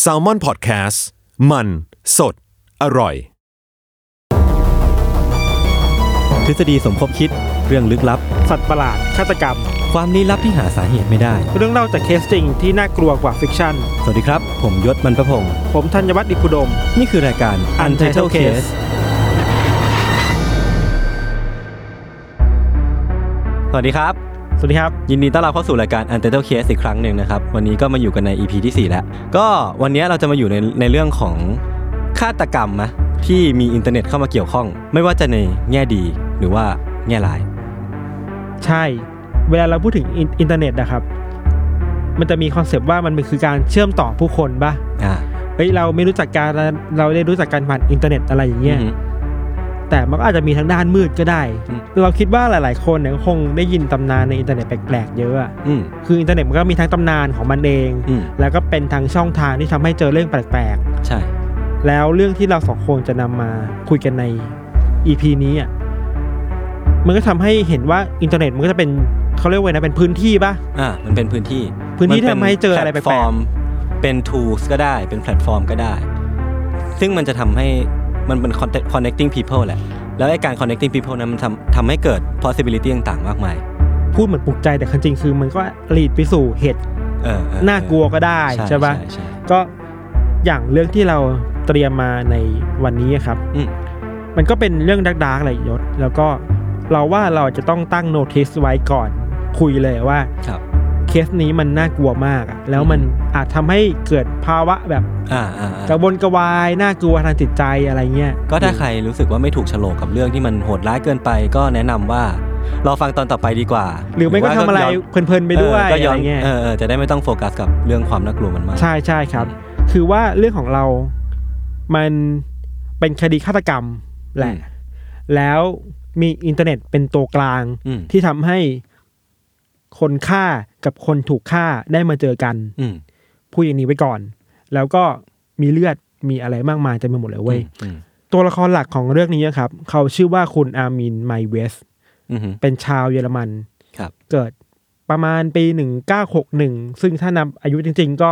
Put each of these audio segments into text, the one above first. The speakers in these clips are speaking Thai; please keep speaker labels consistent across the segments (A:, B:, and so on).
A: แซลมอนพอดแคสต์มันสดอร่อย
B: ทฤษฎีสมคบคิดเรื่องลึกลับ
C: สัตว์ประหลาดฆาตกรรม
B: ความลี้ลับที่หาสาเหตุไม่ได้
C: เรื่องเล่าจากเคสจริงที่น่ากลัวกว่าฟิกชั่น
B: สวัสดีครับ ผมยศมันประพงศ์
C: ผมธัญวัฒน์อิพุดม
B: นี่คือรายการ Untitled Case สวัสดีครับ
C: สวัสดีครับ
B: ยินดีต้อนรับเข้าสู่รายการ Untitled Case อีกครั้งหนึ่งนะครับ วันนี้ก็มาอยู่กันใน EP ที่ 4 แล้ว ก็วันนี้เราจะมาอยู่ในในเรื่องของฆาตกรรมนะที่มีอินเทอร์เน็ตเข้ามาเกี่ยวข้อง ไม่ว่าจะในแง่ดีหรือว่าแง่ร้าย
C: ใช่ เวลาเราพูดถึงอินอินเทอร์เน็ตนะครับ มันจะมีคอนเซปต์ว่ามันเป็นคือการเชื่อมต่อผู้คนปะ
B: อ่า
C: เฮ้ยเราไม่รู้จักกันเราได้รู้จักกันผ่านอินเทอร์เน็ตอะไรอย่างเงี้ย
B: อืม
C: แต่มันก็อาจจะมีทั้งด้านมืดก็ได้
B: อืม
C: เราคิดว่าหลาย ๆ คนเนี่ยก็คงได้ยินตำนานในอินเทอร์เน็ตแปลก ๆ เยอะอะ
B: อืม
C: คืออินเทอร์เน็ตมันก็มีทั้งตำนานของมันเอง
B: อืม
C: แล้วก็เป็นทั้งช่องทางที่ทำให้เจอเรื่องแปลก ๆ
B: ใช่
C: แล้วเรื่องที่เราสองคนจะนำมาคุยกันใน EP นี้อ่ะมันก็ทำให้เห็นว่าอินเทอร์เน็ตมันก็จะเป็นเขาเรียกว่าไงนะเป็นพื้นที่ปะ
B: อ่ามันเป็นพื้นที่
C: พื้นที่ที่ทำให้เจออะไรแปลกๆ
B: ฟอร์ม เป็น tools ก็ได้ เป็นแพลตฟอร์มก็ได้ ซึ่งมันจะทำให้มันเป็น contact- connecting people แหละ แล้วไอ้การ connecting people นั้นมันทำทำให้เกิด possibility ต่างๆ มากมาย
C: พูดเหมือนปลุกใจแต่ความจริงคือมันก็ลีดไปสู่เหตุ
B: เออเออ
C: น่ากลัวก็ได้ใช่ปะ
B: ใช่
C: ก็อย่างเรื่องที่เราเตรียมมาในวันนี้ครับ
B: อืม
C: มันก็เป็นเรื่องดักดักๆอะไรยศ แล้วก็เราว่าเราจะต้องตั้งโนติสไว้ก่อนคุยเลยว่า
B: ครับ
C: เคสนี้มันน่ากลัวมากอะแล้วมัน
B: อื
C: อาจทำให้เกิดภาวะแบบ
B: อ่าอ่าอ่าก
C: ระวนกระวาย น่ากลัวทางจิตใจอะไรเงี้ย
B: ก็ถ้าใครรู้สึกว่าไม่ถูกโฉลกกับเรื่องที่มันโหดร้ายเกินไป ก็แนะนำว่า รอฟังตอนต่อไปดีกว่า
C: หรือไม่ก็
B: ว่า
C: ทำอะไร
B: ย้น
C: เพลินๆไปด้วย
B: เออก็ย้อ
C: อะ
B: น
C: ไรเงี้ย
B: เออเออจะได้ไม่ต้องโฟกัสกับเรื่องความน่ากลัวมันมาก
C: ใช่ใช่ครับ คือว่าเรื่องของเรา มันเป็นคดีฆาตกรรมแหละ
B: อืม
C: แล้วมีอินเทอร์เน็ตเป็นตัวกลาง
B: อืม
C: ที่ทำให้คนฆ่ากับคนถูกฆ่าได้มาเจอกัน
B: อืม
C: พูดอย่างนี้ไว้ก่อน แล้วก็มีเลือดมีอะไรมากมายเต็มไปหมดเลยเว้ย
B: อืม
C: ตัวละครหลักของเรื่องนี้ครับเขาชื่อว่าคุณอามินไมเวส
B: อืมอืม
C: เป็นชาวเยอรมัน
B: ครับ
C: เกิดประมาณปี 1961 ซึ่งถ้านับอายุจริงๆ ก็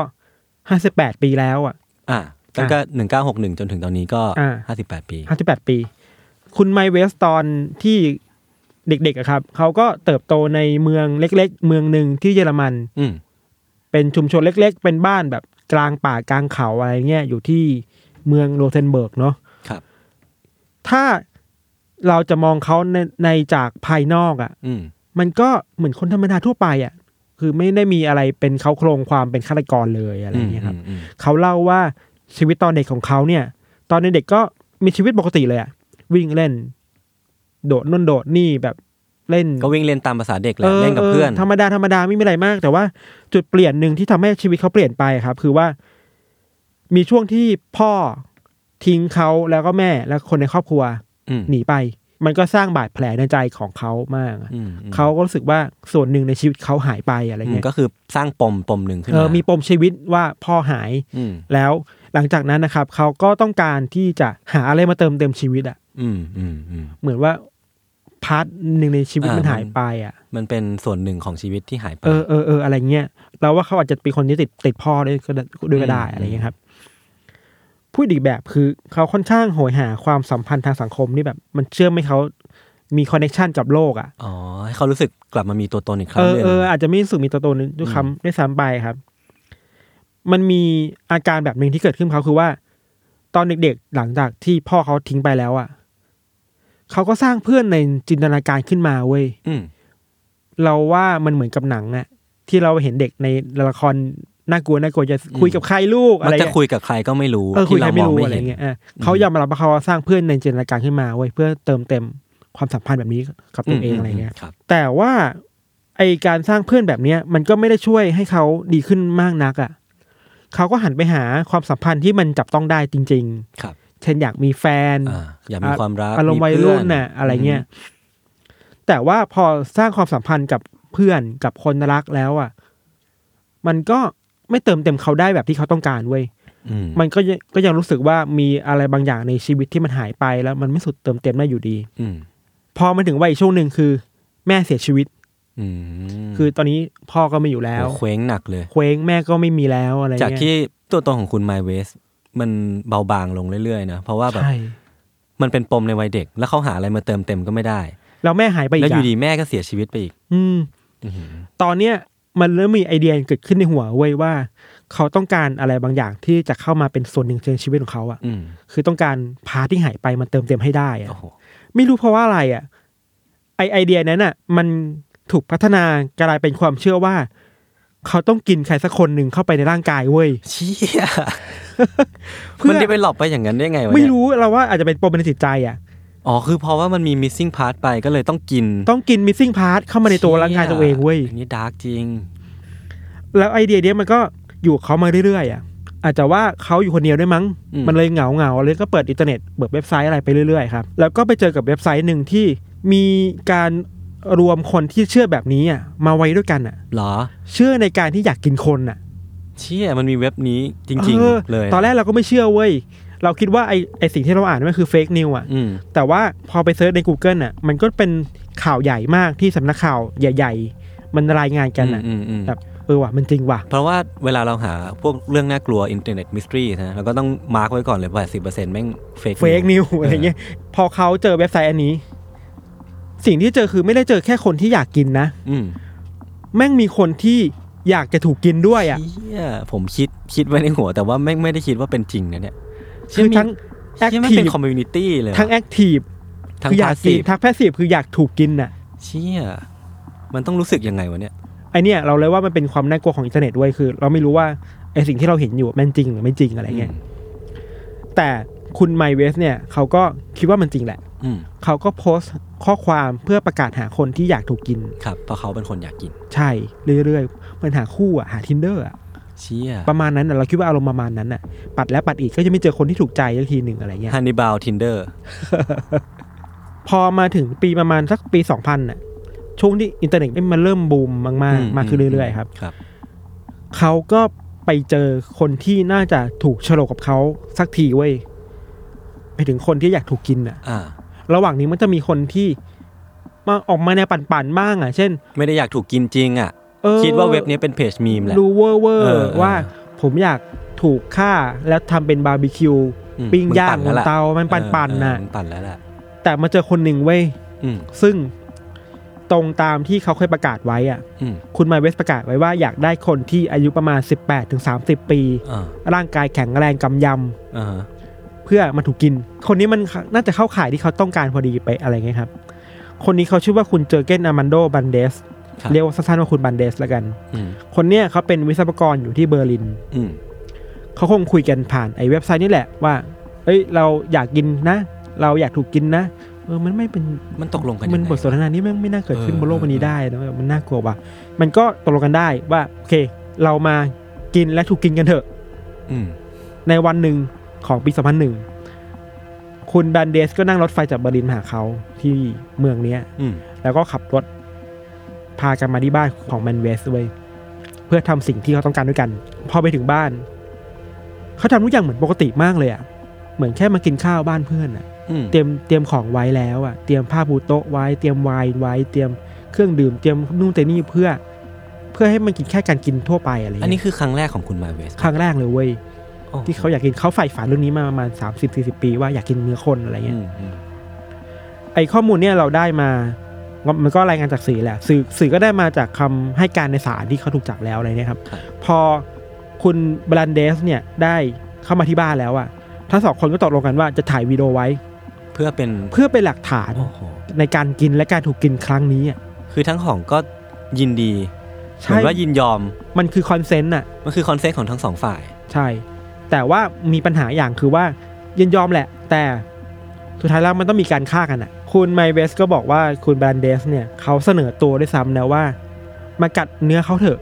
C: 58 ปีแล้วอ่ะ
B: อ่าตั้งแต่หนึ่งเก้าหกหนึ่งจนถึงตอนนี้ก็
C: อ่า
B: ห้าสิบแปดปี
C: 58 ปี คุณไมเวสตอนที่เด็กๆอะครับ เขาก็เติบโตในเมืองเล็กๆ เมืองหนึ่งที่เยอรมัน
B: อืม
C: เป็นชุมชนเล็กๆ เป็นบ้านแบบกลางป่ากลางเขาอะไรเงี้ย อยู่ที่เมืองโรเทนเบิร์กเนาะ
B: ครับ
C: ถ้าเราจะมองเขาในในจากภายนอกอ่ะ
B: อืม
C: มันก็เหมือนคนธรรมดาทั่วไปอ่ะ คือไม่ได้มีอะไรเป็นเขาโครงความเป็นฆาตกรเลยอะไรอย่างเงี้ยครับ
B: มอืม
C: เขาเล่าว่าชีวิตตอนเด็กของเขาเนี่ย ตอนเด็กๆก็มีชีวิตปกติเลยอะวิ่งเล่น โดดน่นโดดนี่แบบเล่น
B: ก็วิ่งเล่นตามภาษาเด็กแหละเล่นกับเพื่อน
C: ธรรมดาธรรมดาไม่มีอะไรมาก แต่ว่าจุดเปลี่ยนหนึ่งที่ทำให้ชีวิตเขาเปลี่ยนไปครับ คือว่า มีช่วงที่พ่อทิ้งเขาแล้วก็แม่และคนในครอบครัว
B: อืม
C: หนีไป มันก็สร้างบาดแผลในใจของเขามากอะ
B: อืมอืม
C: เขาก็รู้สึกว่าส่วนหนึ่งในชีวิตเขาหายไปอะไร
B: อืม
C: เงี้ย
B: ก็คือสร้างปมปมหนึ่งขึ้น
C: เออ
B: มา
C: มีปมชีวิตว่าพ่อหาย
B: อืม
C: แล้วหลังจากนั้นนะครับ เขาก็ต้องการที่จะหาอะไรมาเติมเต็มชีวิตอะ่ะ
B: อืมอืมอืม
C: เหมือนว่าพาร์ทหนึ่งในชีวิต
B: อ่ามั
C: มัน นหายไปอะ่ะ
B: มันเป็นส่วนหนึ่งของชีวิตที่หายไป
C: เออเออเอออะไรเงี้ยเราว่าเขาอาจจะเป็นคนที่ติดติดพ่อด้วยก็ได้ด้วยก็ได้
B: อืม
C: อะไรเงี้ยครับพูดอีกแบบคือเขาค่อนข้างโหยหาความสัมพันธ์ทางสังคมนี่แบบ มันเชื่อมให้เขามีคอนเนคชันกับโลกอะ่ะ
B: อ๋อให้เขารู้สึกกลับมามีตัวตนอีกครั้
C: เอง อ
B: หนึ่ง
C: เอออาจจะไม่รู้สึกมีตัวตนด้วยคำด้วยซ้ำไปครับ มันมีอาการแบบหนึ่งที่เกิดขึ้นกับเขาคือว่า ตอนเด็กๆหลังจากที่พ่อเขาทิ้งไปแล้วอะ่ะเขาก็สร้างเพื่อนในจินตนาการขึ้นมาเว้ย
B: อืม
C: เราว่ามันเหมือนกับหนังอะที่เราเห็นเด็กในละครน่ากลัวน่ากลัวจะคุยกับใครลูกอะ
B: มัน
C: ไร
B: จะ
C: เงี้ย
B: คุยกับใครก็ไม่รู้
C: เออคุย
B: ที่
C: ใค
B: เรา
C: รไม่
B: มองไม่
C: รู้อะไร
B: เห็น
C: เงี้ยอ่ะเขายอมรับว่าเขาสร้างเพื่อนในจินตนาการขึ้นมาเว้ยเพื่อเติมเต็มความสัมพันธ์แบบนี้กับตัวเองอะไรเงี้ย
B: ครับ
C: แต่ว่าไอการสร้างเพื่อนแบบเนี้ยมันก็ไม่ได้ช่วยให้เขาดีขึ้นมากนักอะ่ะเขาก็หันไปหาความสัมพันธ์ที่มันจับต้องได้จริง
B: ครับ
C: ๆ เช่นอยากมีแฟน
B: อ่าอยากมีความรัก
C: อารมณ์วัย
B: เพื่
C: รุ่นน่ะอะไรเงี้ย แต่ว่าพอสร้างความสัมพันธ์กับเพื่อนกับคนรักแล้วอ่ะ มันก็ไม่เติมเต็มเขาได้แบบที่เขาต้องการเว้ย
B: อืม
C: มันก็ยังก็ยังรู้สึกว่ามีอะไรบางอย่างในชีวิตที่มันหายไปแล้วมันไม่สุดเติมเต็มได้อยู่ดี
B: อืม
C: พอมาถึงวัยช่วงหนึ่งคือ แม่เสียชีวิต
B: อืม
C: คือตอนนี้พ่อก็ไม่อยู่แล้ว
B: โอ้เคว้งหนักเลย
C: เคว้งแม่ก็ไม่มีแล้วอะไร
B: จาก
C: เงี้ย
B: ที่ตัวตนของคุณไมเวสมันเบาบางลงเรื่อยๆนะเพราะว่าแบบ
C: ใช่
B: มันเป็นปมในวัยเด็ก แล้วเขาหาอะไรมาเติมเต็มก็ไม่ได้
C: แล้วแม่หายไปอีก
B: แล้วอยู่
C: อะ
B: ดีแม่ก็เสียชีวิตไปอีก
C: อืม ตอนเนี้ยมันเริ่มมีไอเดียเกิดขึ้นในหัวเว้ยว่า เขาต้องการอะไรบางอย่างที่จะเข้ามาเป็นส่วนหนึ่งในชีวิตของเขาอะ
B: อืม
C: คือต้องการพาร์ทที่หายไปมันเติมเต็มให้ได้อะ
B: โอ้โห
C: ไม่รู้เพราะว่าอะไรอะไอไอเดียนั้นอะมันถูกพัฒนากลายเป็นความเชื่อว่า เขาต้องกินใครสักคนหนึ่งเข้าไปในร่างกายเว้ย
B: เชี่ย
C: เพื่อ
B: มันได้ไปหลอกไปอย่างนั้นได้ไงวะเนี่ย
C: ไม่รู้เราว่าอาจจะเป็นปมในจิตใจอะ
B: อ๋อคือเพราะว่ามันมี missing part ไปก็เลยต้องกิน
C: ต้องกิน missing part เข้ามาในตัวร่างกายตัวเองเว้ย
B: นนี้ดาร์กจริง
C: แล้วไอเดียเนี้ยมันก็อยู่กับเขามาเรื่อยๆอ่ะอาจจะว่าเขาอยู่คนเดียวด้วยมั้ง
B: อืม
C: มันเลยเหงาเหงาๆเลยก็เปิดอินเทอร์เน็ตเปิดเว็บไซต์อะไรไปเรื่อยๆครับแล้วก็ไปเจอกับเว็บไซต์หนึ่งที่มีการรวมคนที่เชื่อแบบนี้อ่ะมาไว้ด้วยกันอ่ะ
B: เหรอ
C: เชื่อในการที่อยากกินคนอ่ะ
B: เชี่ยมันมีเว็บนี้จริง
C: ออ
B: ๆ เลย
C: ตอนแรกเราก็ไม่เชื่อเว้ยเราคิดว่าไอไอสิ่งที่เราอ่านมันคือเฟกนิวอ่ะ
B: อืม
C: แต่ว่าพอไปเซิร์ชใน Google อ่ะมันก็เป็นข่าวใหญ่มากที่สำนักข่าวใหญ่ ๆ มันรายงานกันอ่ะ
B: อืมอืมอืม
C: แบบเออว่ะมันจริงว่ะ
B: เพราะว่าเวลาเราหาพวกเรื่องน่ากลัวอินเทอร์เน็ตมิสทรีนะเราก็ต้องมาร์กไว้ก่อนเลยว่าสิบเปอร์เซ็นต์แม่งเฟก
C: เฟกนิวอะไรเงี้ยพอเขาเจอเว็บไซต์อันนี้ สิ่งที่เจอคือไม่ได้เจอแค่คนที่อยากกินนะ
B: อืม
C: แม่งมีคนที่อยากจะถูกกินด้วยอ่ะ
B: เชี่ยผมคิดคิดไว้ในหัวแต่ว่าแม่งไม่ได้คิดว่าเป็นจริงนะเนี่ย
C: คือทั้งแอค
B: ที่ไม่
C: ที
B: เป็
C: ฟ
B: นคอมมูนิตี้เลย
C: ทั้งแอคทีฟ
B: ทั้ง
C: คืออยา
B: พาก สี
C: กินทั้งแพสซีฟคืออยากถูกกินน่ะ
B: เชี่ยมันต้องรู้สึกยังไงวะเนี่ย
C: ไอเนี่ยเราเลยว่ามันเป็นความน่ากลัวของอินเทอร์เน็ตด้วยคือ เราไม่รู้ว่าไอสิ่งที่เราเห็นอยู่มันจริงหรือไม่จริงอะไรเงี้ยแต่คุณไมเวสเนี่ยเขาก็คิดว่ามันจริงแหละ
B: อืม
C: เขาก็โพสต์ข้อความเพื่อประกาศหาคนที่อยากถูกกิน
B: ครับเพราะเขาเป็นคนอยากกิน
C: ใช่เรื่อยๆมันหาคู่อ่ะหาทินเดอร์อ่ะ
B: เชี่ย
C: ประมาณนั้นน่ะเราคิดว่าอารมณ์ประมาณนั้นน่ะ ปัดแล้วปัดอีกก็จะไม่เจอคนที่ถูกใจสักทีหนึ่งอะไรเงี้ย
B: ฮันนิบาลทินเดอร์
C: พอมาถึงปีประมาณสักปี 2000น่ะช่วงที่อินเทอร์เน็ตมันเริ่มบูมมากๆ มากขึ้นเรื่อยๆครับ
B: ครับ
C: เขาก็ไปเจอคนที่น่าจะถูกโฉลกกับเขาสักทีเว้ยไปถึงคนที่อยากถูกกินน่ะ
B: อ่า
C: ระหว่างนี้มันจะมีคนที่มาออกมาแนวปั่นๆบ้างอ่ะ เช่น
B: ไม่ได้อยากถูกกินจริงอ่ะ
C: เออ
B: คิดว่าเว็บนี้เป็นเพจมีมแหละ
C: ดูเวอร์เวอ
B: เอ
C: ร์
B: อ
C: ว่าผมอยากถูกฆ่าแล้วทำเป็นบาร์บีคิว
B: อืม
C: ปิ้ง
B: มึง
C: ย่า
B: ปั่
C: ง
B: น
C: บ
B: แล้ว
C: น
B: ล่ะ
C: เตามันปั่นๆน่ะ
B: เออเออมันปั่นแล้วแหละ
C: แต่มาเจอคนหนึ่งเว้ย
B: อืม
C: ซึ่งตรงตามที่เขาเคยประกาศไว้อ่ะ
B: อืม
C: คุณไมเวสประกาศไว้ว่าอยากได้คนที่อายุประมาณ 18-30ถึง30 ปี
B: อ่า
C: ร่างกายแข็งแรงกำย
B: อ่า
C: ำเพื่อมาถูกกิน คนนี้มันน่าจะเข้าข่ายที่เขาต้องการพอดีไปอะไรเงี้ยครับ คนนี้เขาชื่อว่าคุณเจอเกนอามันโดบันเดส
B: ครับ
C: เรียกว่าสั้นๆว่าคุณบันเดสละกัน
B: อืม
C: คนเนี้ยเขาเป็นวิศวกรอยู่ที่เบอร์ลิน
B: อืม
C: เขาคงคุยกันผ่านไอ้เว็บไซต์นี่แหละว่า เอ้ยเราอยากกินนะ เราอยากถูกกินนะ เออมันไม่เป็น
B: มันตกลงกัน
C: มั
B: ยั
C: น
B: งไง
C: บทสนทนานี้แม่งไม่น่าเกิดขึ้น
B: เออ
C: บนโลกใบนี้ได้นะมันน่ากลัวว่ะมันก็ตกลงกันได้ว่าโอเค เรามากินและถูกกินกันเถอะ
B: อืม
C: ในวันหนึ่งของปี 2001 คุณแบนเดสก็นั่งรถไฟจากเบอร์ลินมาหาเขาที่เมืองเนี้ย
B: อืม
C: แล้วก็ขับรถพากันมาที่บ้านของแมนเวสเว้ยเพื่อทำสิ่งที่เขาต้องการด้วยกัน พอไปถึงบ้าน เขาทำทุกอย่างเหมือนปกติมากเลยอะ่ะ เหมือนแค่มากินข้าวบ้านเพื่อนอะ่ะ
B: อืม
C: เตรียมเตรียมของไว้แล้วอะ่ะเตรียมผ้าปูโต๊ะไว้เตรียมไวน์ไว้เตรียมเครื่องดื่มเตรียมนู่นเตรียมนี่เพื่อ เพื่อให้มันกินแค่การกินทั่วไปอะไร
B: อัน
C: เงี้ย
B: นี้คือครั้งแรกของคุณมาเวส
C: ครั้งแรกเลยเว้ย
B: โอ้โห
C: ที่เขาอยากกินเขาใฝ่ฝันเรื่องนี้มาประมาณสามสิบสี่สิบปีว่าอยากกินเนื้อคนอะไรเงี้ย
B: อืมอืม
C: ไอข้อมูลเนี่ยเราได้มามันก็รายงานจากสื่อแหละ สื่อสื่อก็ได้มาจากคำให้การในศาลที่เขาถูกจับแล้วอะไรเนี่ยครับ
B: ครับ
C: พอ คุณบรันเดสเนี่ยได้เข้ามาที่บ้านแล้วอะทั้งสองคนก็ตกลงกันว่าจะถ่ายวีดีโอไว้
B: เพื่อเป็น
C: เพื่อเป็นหลักฐาน
B: โอ้โห
C: ในการกินและการถูกกินครั้งนี้อะ
B: คือทั้งของก็ยินดีเหมื
C: ใช่
B: อนว่ายินยอม
C: มันคือคอนเซนต์อะ
B: มันคือคอนเซ็ปต์ของทั้งสองฝ่าย
C: ใช่ แต่ว่ามีปัญหาอย่างคือว่ายินยอมแหละ แต่สุดท้ายแล้วมันต้องมีการฆ่ากันอ่ะ คุณไมเวสก็บอกว่าคุณแบรนเดสเนี่ยเขาเสนอตัวด้วยซ้ำนะว่า มากัดเนื้อเขาเถอะ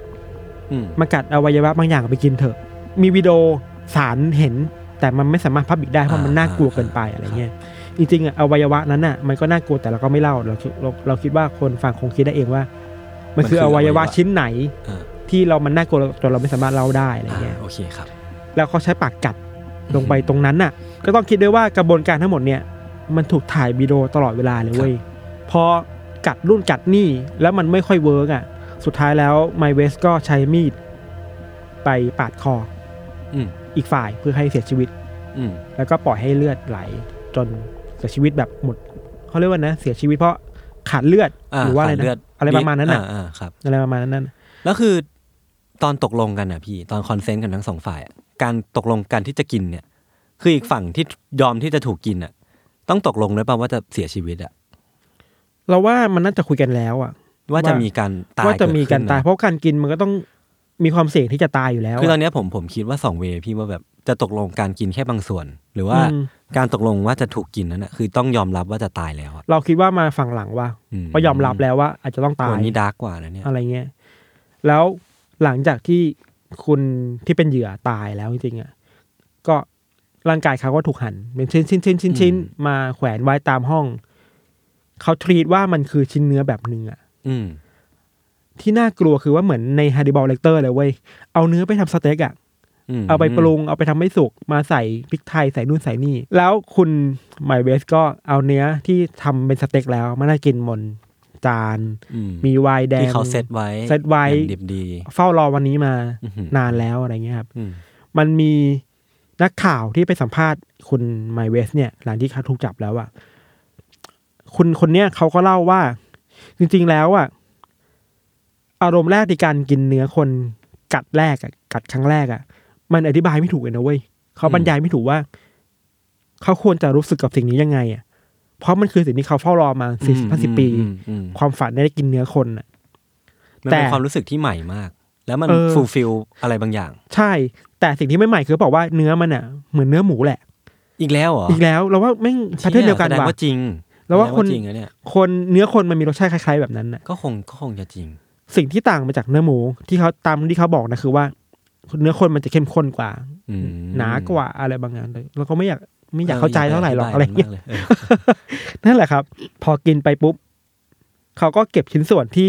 B: อืม
C: มากัดอวัยวะบางอย่างไปกินเถอะ มีวิดีโอสารเห็น แต่มันไม่สามารถพับบิกได้เพราะมันน่ากลัวเกินไปอะไรเงี้ย จริงๆอะอวัยวะนั้นอ่ะมันก็น่ากลัวแต่เราก็ไม่เล่าเราเราเราคิดว่าคนฟังคงคิดได้เองว่า มันคืออวัยวะชิ้นไหน
B: อ่า
C: ที่เรามันน่ากลัวจนเราไม่สามารถเล่าได้อะไร
B: อ่า
C: เงี้ย
B: โอเคครับ
C: แล้วเขาใช้ปากกัด
B: อืม
C: ลงไปตรงนั้นน่ะ ก็ต้องคิดด้วยว่ากระบวนการทั้งหมดเนี่ย มันถูกถ่ายวิดีโอตลอดเวลาเลยเว้ย พอกัดรุ่นกัดนี่แล้วมันไม่ค่อยเวิร์กอ่ะ สุดท้ายแล้วไมเวสก็ใช้มีดไปปาดคอ
B: อืม
C: อีกฝ่ายเพื่อให้เสียชีวิต
B: อืม
C: แล้วก็ปล่อยให้เลือดไหล จนเสียชีวิตแบบหมดเขาเรียกว่านะ เสียชีวิตเพราะขาดเลือดหรือว่าอะไร
B: ขดเลืด
C: นะอะไรประมาณนั้นน่ะ
B: อ่อ่าครับ
C: อะไรประมาณนั้นนะ
B: แล้วคือตอนตกลงกันน่ะพี่ตอนคอนเซนต์กันทั้งสองฝ่ายอะการตกลงกันที่จะกินเนี่ย คืออีกฝั่งที่ยอมที่จะถูกกินอ่ะ ต้องตกลงด้วยป่าว่าจะเสียชีวิตอ่ะ
C: เราว่ามันน่าจะคุยกันแล้วอ่ะ
B: ว่าจะ
C: ว่ามี
B: มีการตาย
C: ว่าจะมีการ
B: เดขึ้
C: ตายเพราะการกินมันก็ต้องมีความเสี่ยงที่จะตายอยู่แล้ว
B: คือตอ
C: อะ
B: นเนี้ยผมผมคิดว่าสองเวย์พี่ว่าแบบจะตกลงการกินแค่บางส่วน หรือว่า
C: อืม
B: การตกลงว่าจะถูกกินนั้นน่ะคือต้องยอมรับว่าจะตายแล้วอะ
C: เราคิดว่ามาฝั่งหลังว่า
B: อืม
C: ก็ยอมรับแล้วว่าอาจจะต้องตา
B: วั
C: ย
B: นนี้ดาร์กกว่านะเนี่ย
C: อะไรเงี้ยแล้วหลังจากที่คุณที่เป็นเหยื่อตายแล้วจริงๆอ่ะก็ร่างกายเขาก็ถูกหันเป็นชิ้นชิ้นชิ้นชิ้นชิ้นมาแขวนไว้ตามห้อง เขาทรีตว่ามันคือชิ้นเนื้อแบบหนึ่งอ่ะ
B: อืม
C: ที่น่ากลัวคือว่าเหมือนในฮาร์ดิบอลเลกเตอร์เลยเว้ยเอาเนื้อไปทำสเต็กอ่ะ
B: ม
C: เอาไปปรุงเอาไปทำให้สุกมาใส่พริกไทยใส่นู่นใส่นี่ แล้วคุณไมเวสก็เอาเนื้อที่ทำเป็นสเต็กแล้วมาน่ากินบนจาน
B: อื
C: มีไวน์แดง
B: ที่เขาเซตไว้
C: เซตไว้
B: อย่างดิบดี
C: เฝ้ารอวันนี้มา
B: อื้อหือ
C: นานแล้วอะไรเงี้ยครับ
B: อืม
C: มันมีนักข่าวที่ไปสัมภาษณ์คุณไมเวสเนี่ย หลังที่เขาถูกจับแล้วอะคุณคนเนี้ยเขาก็เล่าว่า จริงๆแล้วอะอารมณ์แรกในการกินเนื้อคนกัดแรกอะกัดครั้งแรกอะมันอธิบายไม่ถูกเลยนะเว้ยเขาบรรยายไม่ถูกว่า เขาควรจะรู้สึกกับสิ่งนี้ยังไงอะเพราะมันคือสิ่งที่เขาเฝ้ารอมาสี่สิบห้าสิบปี
B: อืมอืม
C: ความฝันได้กินเนื้อคนอะ
B: มัน
C: แต่
B: เป็นความรู้สึกที่ใหม่มาก แล้วมัน
C: เออ
B: ฟูลฟิลอะไรบางอย่าง
C: ใช่ แต่สิ่งที่ไม่ใหม่คือบอกว่าเนื้อมันอะเหมือนเนื้อหมูแหละ
B: อีกแล้วเหรอ
C: อีกแล้วเราว่าแม่งแพทเทิร์นเดียวกัน
B: แสดง
C: ว่ะ
B: ว่าจริง
C: แล้วว่า
B: แสดง
C: คน
B: จริงนะเนี่ย
C: คนเนื้อคนมันมีรสชาติคล้ายๆแบบนั้นน่ะ
B: ก็คงก็คงจะจริง
C: สิ่งที่ต่างไปจากเนื้อหมูที่เขาตามที่เขาบอกนะคือว่า เนื้อคนมันจะเข้มข้นกว่า
B: อืม
C: หนากว่าอะไรบางอย่างเลยแล้วก็ไม่อยากไม่อยากเข้าใจเท่าไหร่หรอก
B: ธิบ
C: อะไรอย่างเงี้
B: มา
C: ย
B: กเลยเออ
C: นั่นแหละครับ พอกินไปปุ๊บเขาก็เก็บชิ้นส่วนที่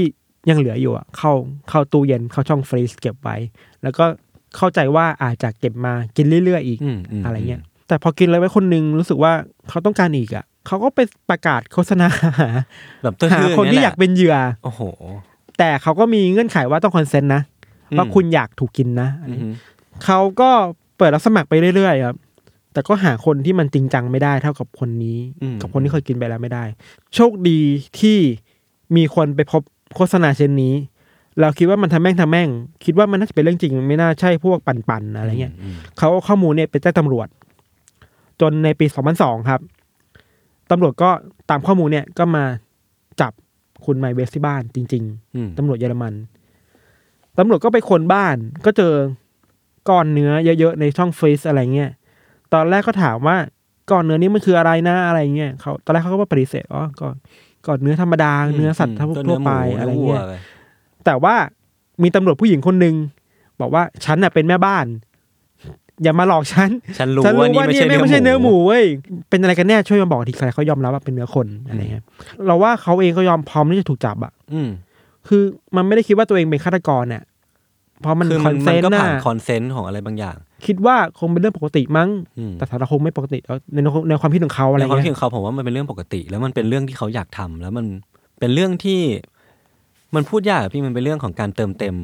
C: ยังเหลืออยู่อะเข้าเข้าตู้เย็นเข้าช่องฟรีซเก็บไว้ แล้วก็เข้าใจว่าอาจจะเก็บมากินเรื่อยๆอีก
B: อืมม
C: อะไรเงี้ย แต่พอกินอะไรไว้คนนึงรู้สึกว่าเขาต้องการอีกอ่ะเขาก็ไปประกาศโฆษณาหา
B: แบบต้น
C: หา
B: เรื่อง
C: คน
B: แห
C: ที่
B: ละ
C: อยากเป็นเหยื่อ
B: โอ้โห
C: แต่เขาก็มีเงื่อนไขว่าต้องคอนเซนต์นะว่าคุณอยากถูกกินนะ
B: อืม
C: เขาก็เปิดรับสมัครไปเรื่อยๆครับ แต่ก็หาคนที่มันจริงจังไม่ได้เท่ากับคนนี้ กับคนที่เคยกินไปแล้วไม่ได้ โชคดีที่มีคนไปพบโฆษณาเช่นนี้ เราคิดว่ามันทำแม่งทำแม่ง คิดว่ามันน่าจะเป็นเรื่องจริง ไม่น่าใช่พวกปั่นๆอะไรเงี้ย
B: อืม
C: เขาเอาข้อมูลเนี่ยไปแจ้งตำรวจ จนในปี 2002 ครับตำรวจก็ตามข้อมูลเนี่ยก็มาจับคุณไมเวสที่บ้านจริง
B: อืม
C: ๆตำรวจเยอรมันตำรวจก็ไปค้นบ้าน ก็เจอก้อนเนื้อเยอะๆ ในช่องฟรีซอะไรเงี้ยตอนแรกก็ถามว่าก้อนเนื้อนี้มันคืออะไรนะอะไรเงี้ยเขาตอนแรกเขาก็ปฏิเสธอ๋อก้อนก้อนเนื้อธรรมดาเนื้อสัตว์
B: ม
C: ทั่วไป
B: ก็
C: อะไร
B: เนื้หมู
C: เงี้ย
B: นื้วัวป
C: แต่ว่ามีตำรวจผู้หญิงคนหนึ่งบอกว่าฉันน่ะเป็นแม่บ้าน อย่ามาหลอกฉัน
B: ฉันรู้
C: ฉัน
B: ว่านี่
C: เนี่ย
B: ไม่
C: ไม่
B: ใช่
C: ใช่เนื้อหมูเว้ยเป็นอะไรกันแน่ช่วยมาบอกทีใครเขายอมรับว่าเป็นเนื้อคนอะไรเงี้ยเราว่าเขาเองก็ยอมพร้อมที่จะถูกจับอ่ะ
B: อืม
C: คือมันไม่ได้คิดว่าตัวเองเป็นฆาตกรเนี่ยเพราะมัน
B: คือ
C: ค
B: มั
C: อน นเซ
B: มัน
C: น
B: ก็
C: ต์น่ะ
B: ผ่านคอนเซนต์ของอะไรบางอย่าง
C: คิดว่าคงเป็นเรื่องปกติมั้ง
B: อืม
C: แต่สารคงไม่ปกติเอาในในความคิดของเขาอะไร
B: ในความคิดของ
C: เงี้ย
B: เขาผมว่ามันเป็นเรื่องปกติ แล้วมันเป็นเรื่องที่เขาอยากทำแล้วมันเป็นเรื่องที่ มันพูดยากอะพี่มันเป็นเรื่องของการเติมเต็ม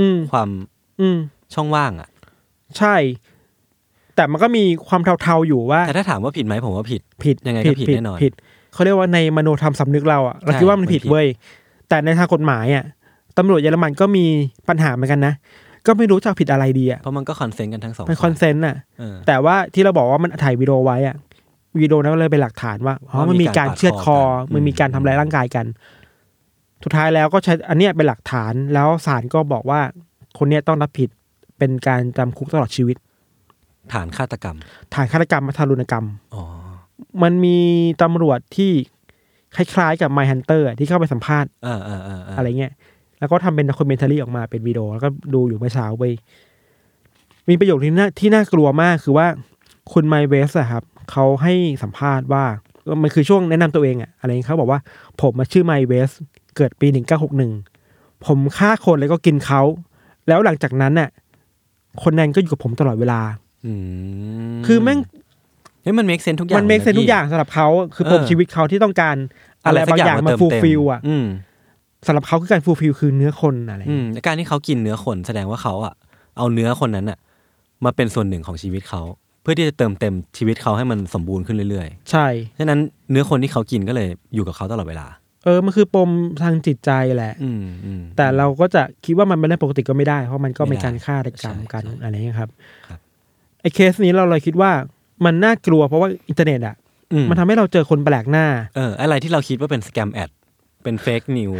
C: อืม
B: ความ
C: อืม
B: ช่องว่างอ่ะ
C: ใช่ แต่มันก็มีความเทาๆอยู่ว่า
B: แต่ถ้าถามว่าผิดไหมผมว่าผิด
C: ผิด
B: ยังไงก็ผิดแน่นอน
C: ผิดเขาเรียกว่าในมโนธรรมสำนึกเราอะเรา
B: ใช่
C: คิดว่ามัน
B: มันผิ
C: ผิ
B: ด
C: ดเว้ยแต่ในทางกฎหมายอะตำรวจเยอรมันก็มีปัญหาเหมือนกันนะ ก็ไม่รู้จะเอาผิดอะไรดีอ่ะ
B: เพราะมันก็คอนเซนต์กันทั้งสอง
C: มันคอนเซนต์อ่ะ
B: เออ
C: แต่ว่าที่เราบอกว่ามันถ่ายวิดีโอไว้อะวิดีโอนั้นก็เลยเป็นหลักฐานว่าอ๋อมันมีการเชือดคอ
B: อืม
C: มันมีการทำร้ายร่างกายกัน สุดท้ายแล้วก็ใช้อันเนี้ยเป็นหลักฐานแล้วศาลก็บอกว่าคนเนี้ยต้องรับผิดเป็นการจำคุกตลอดชีวิต
B: ฐานฆาตกรรม
C: ฐานฆาตกรรมมาทารุณกรรม
B: อ๋อ
C: มันมีตำรวจที่คล้ายๆกับไมฮันเตอร์ที่เข้าไปสัมภาษณ์
B: เออเออเออเออ
C: อะไรเงี้ย แล้วก็ทำเป็นด็อกิเมนทารีออกมาเป็นวิดีโอแล้วก็ดูอยู่เมื่อเช้าไป มีประโยคที่น่าที่น่ากลัวมากคือว่าคุณไมเวสอะครับเขาให้สัมภาษณ์ว่า มันคือช่วงแนะนำตัวเองอะอะไรเงี้ยเขาบอกว่าผมมาชื่อไมเวสเกิดปีหนึ่งเก้าหกหนึ่งผมฆ่าคนแล้วก็กินเขา แล้วหลังจากนั้นน่ะคนนั้นก็อยู่กับผมตลอดเวลา
B: อืม
C: คือแม่ง
B: เฮ้ยมันเมคเซนทุกอย่าง
C: มันเมคเซ
B: ล
C: น
B: ยะ
C: ทุก
B: พี่
C: อย่างสำหรับเขาคือปม
B: เออ
C: ชีวิตเขาที่ต้องการอะไรบางอย่างมา
B: เติ
C: ฟูล
B: เต็
C: ฟิลอ่ะ
B: อืม
C: สำหรับเขาคือการฟูลฟิลคือเนื้อคนอะไร
B: อืมการที่เขากินเนื้อคนแสดงว่าเขาอ่ะ เอาเนื้อคนนั้นอ่ะ มาเป็นส่วนหนึ่งของชีวิตเขา เพื่อที่จะเติมเต็มชีวิตเขาให้มันสมบูรณ์ขึ้นเรื่อย
C: ใช่
B: ๆฉะนั้นเนื้อคนที่เขากินก็เลยอยู่กับเขาตลอดเวลา
C: เออมันคือปมทางจิตใจแหละ
B: อืมอืม
C: แต่เราก็จะคิดว่ามันเป็นเรื่องปกติก็ไม่ได้ เพราะมันก็
B: ไม่ได้
C: เป็นการฆาตกรรม
B: ใช่
C: กัน
B: ใช่
C: อะไรเงี้ยครับ
B: ครับ
C: ไอ้เคสนี้เราเลยคิดว่ามันน่ากลัวเพราะว่าอินเทอร์เน็ตอ่ะ
B: อืม
C: มันทำให้เราเจอคนแปลกหน้า
B: เอออะไรที่เราคิดว่าเป็นสแกมแอดเป็นเฟกนิว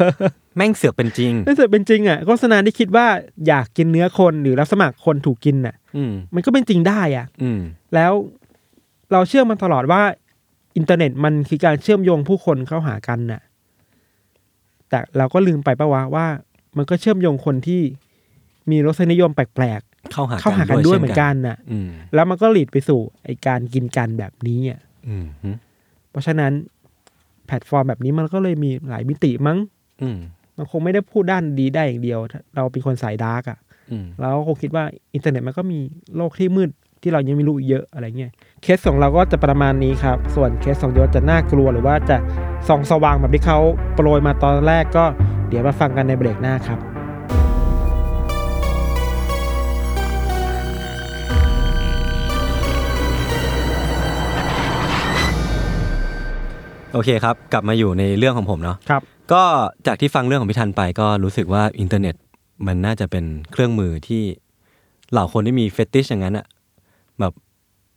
B: แม่งเสือกเป็นจริง
C: ถ้าเกิดเป็นจริงอ่ะโฆษณาที่คิดว่าอยากกินเนื้อคนหรือรับสมัครคนถูกกินอ่ะ
B: อืม
C: มันก็เป็นจริงได้อ่ะ
B: อืม
C: แล้วเราเชื่อมันตลอดว่า อินเทอร์เน็ตมันคือการเชื่อมโยงผู้คนเข้าหากันน่ะ แต่เราก็ลืมไปปะวะว่า มันก็เชื่อมโยงคนที่มีรสนิยมแปลก
B: เข้าหา
C: ๆเข้าหากันด้วยเหมือนกันน่ะ
B: อืม
C: แล้วมันก็หลีดไปสู่ไอการกินกันแบบนี้อ่ะ
B: อืม
C: เพราะฉะนั้นแพลตฟอร์มแบบนี้มันก็เลยมีหลายมิติมั้ง
B: อืม
C: มันคงไม่ได้พูดด้านดีได้อย่างเดียว เราเป็นคนสายดาร์กอ่ะ
B: อืม
C: เราก็คงคิดว่าอินเทอร์เน็ตมันก็มีโลกที่มืดที่เรายังไม่รู้อีกเยอะอะไรเงี้ยเคสของเราก็จะประมาณนี้ครับ ส่วนเคสของโยศจะน่ากลัวหรือว่าจะส่องสว่างแบบที่เขาโปรยมาตอนแรกก็เดี๋ยวมาฟังกันในเบรกหน้าครับ
B: โอเคครับ กลับมาอยู่ในเรื่องของผมเนาะ
C: ครับ
B: ก็จากที่ฟังเรื่องของพี่ทันไปก็รู้สึกว่าอินเทอร์เน็ตมันน่าจะเป็นเครื่องมือที่เหล่าคนที่มีเฟติชอย่างนั้นอะแบบ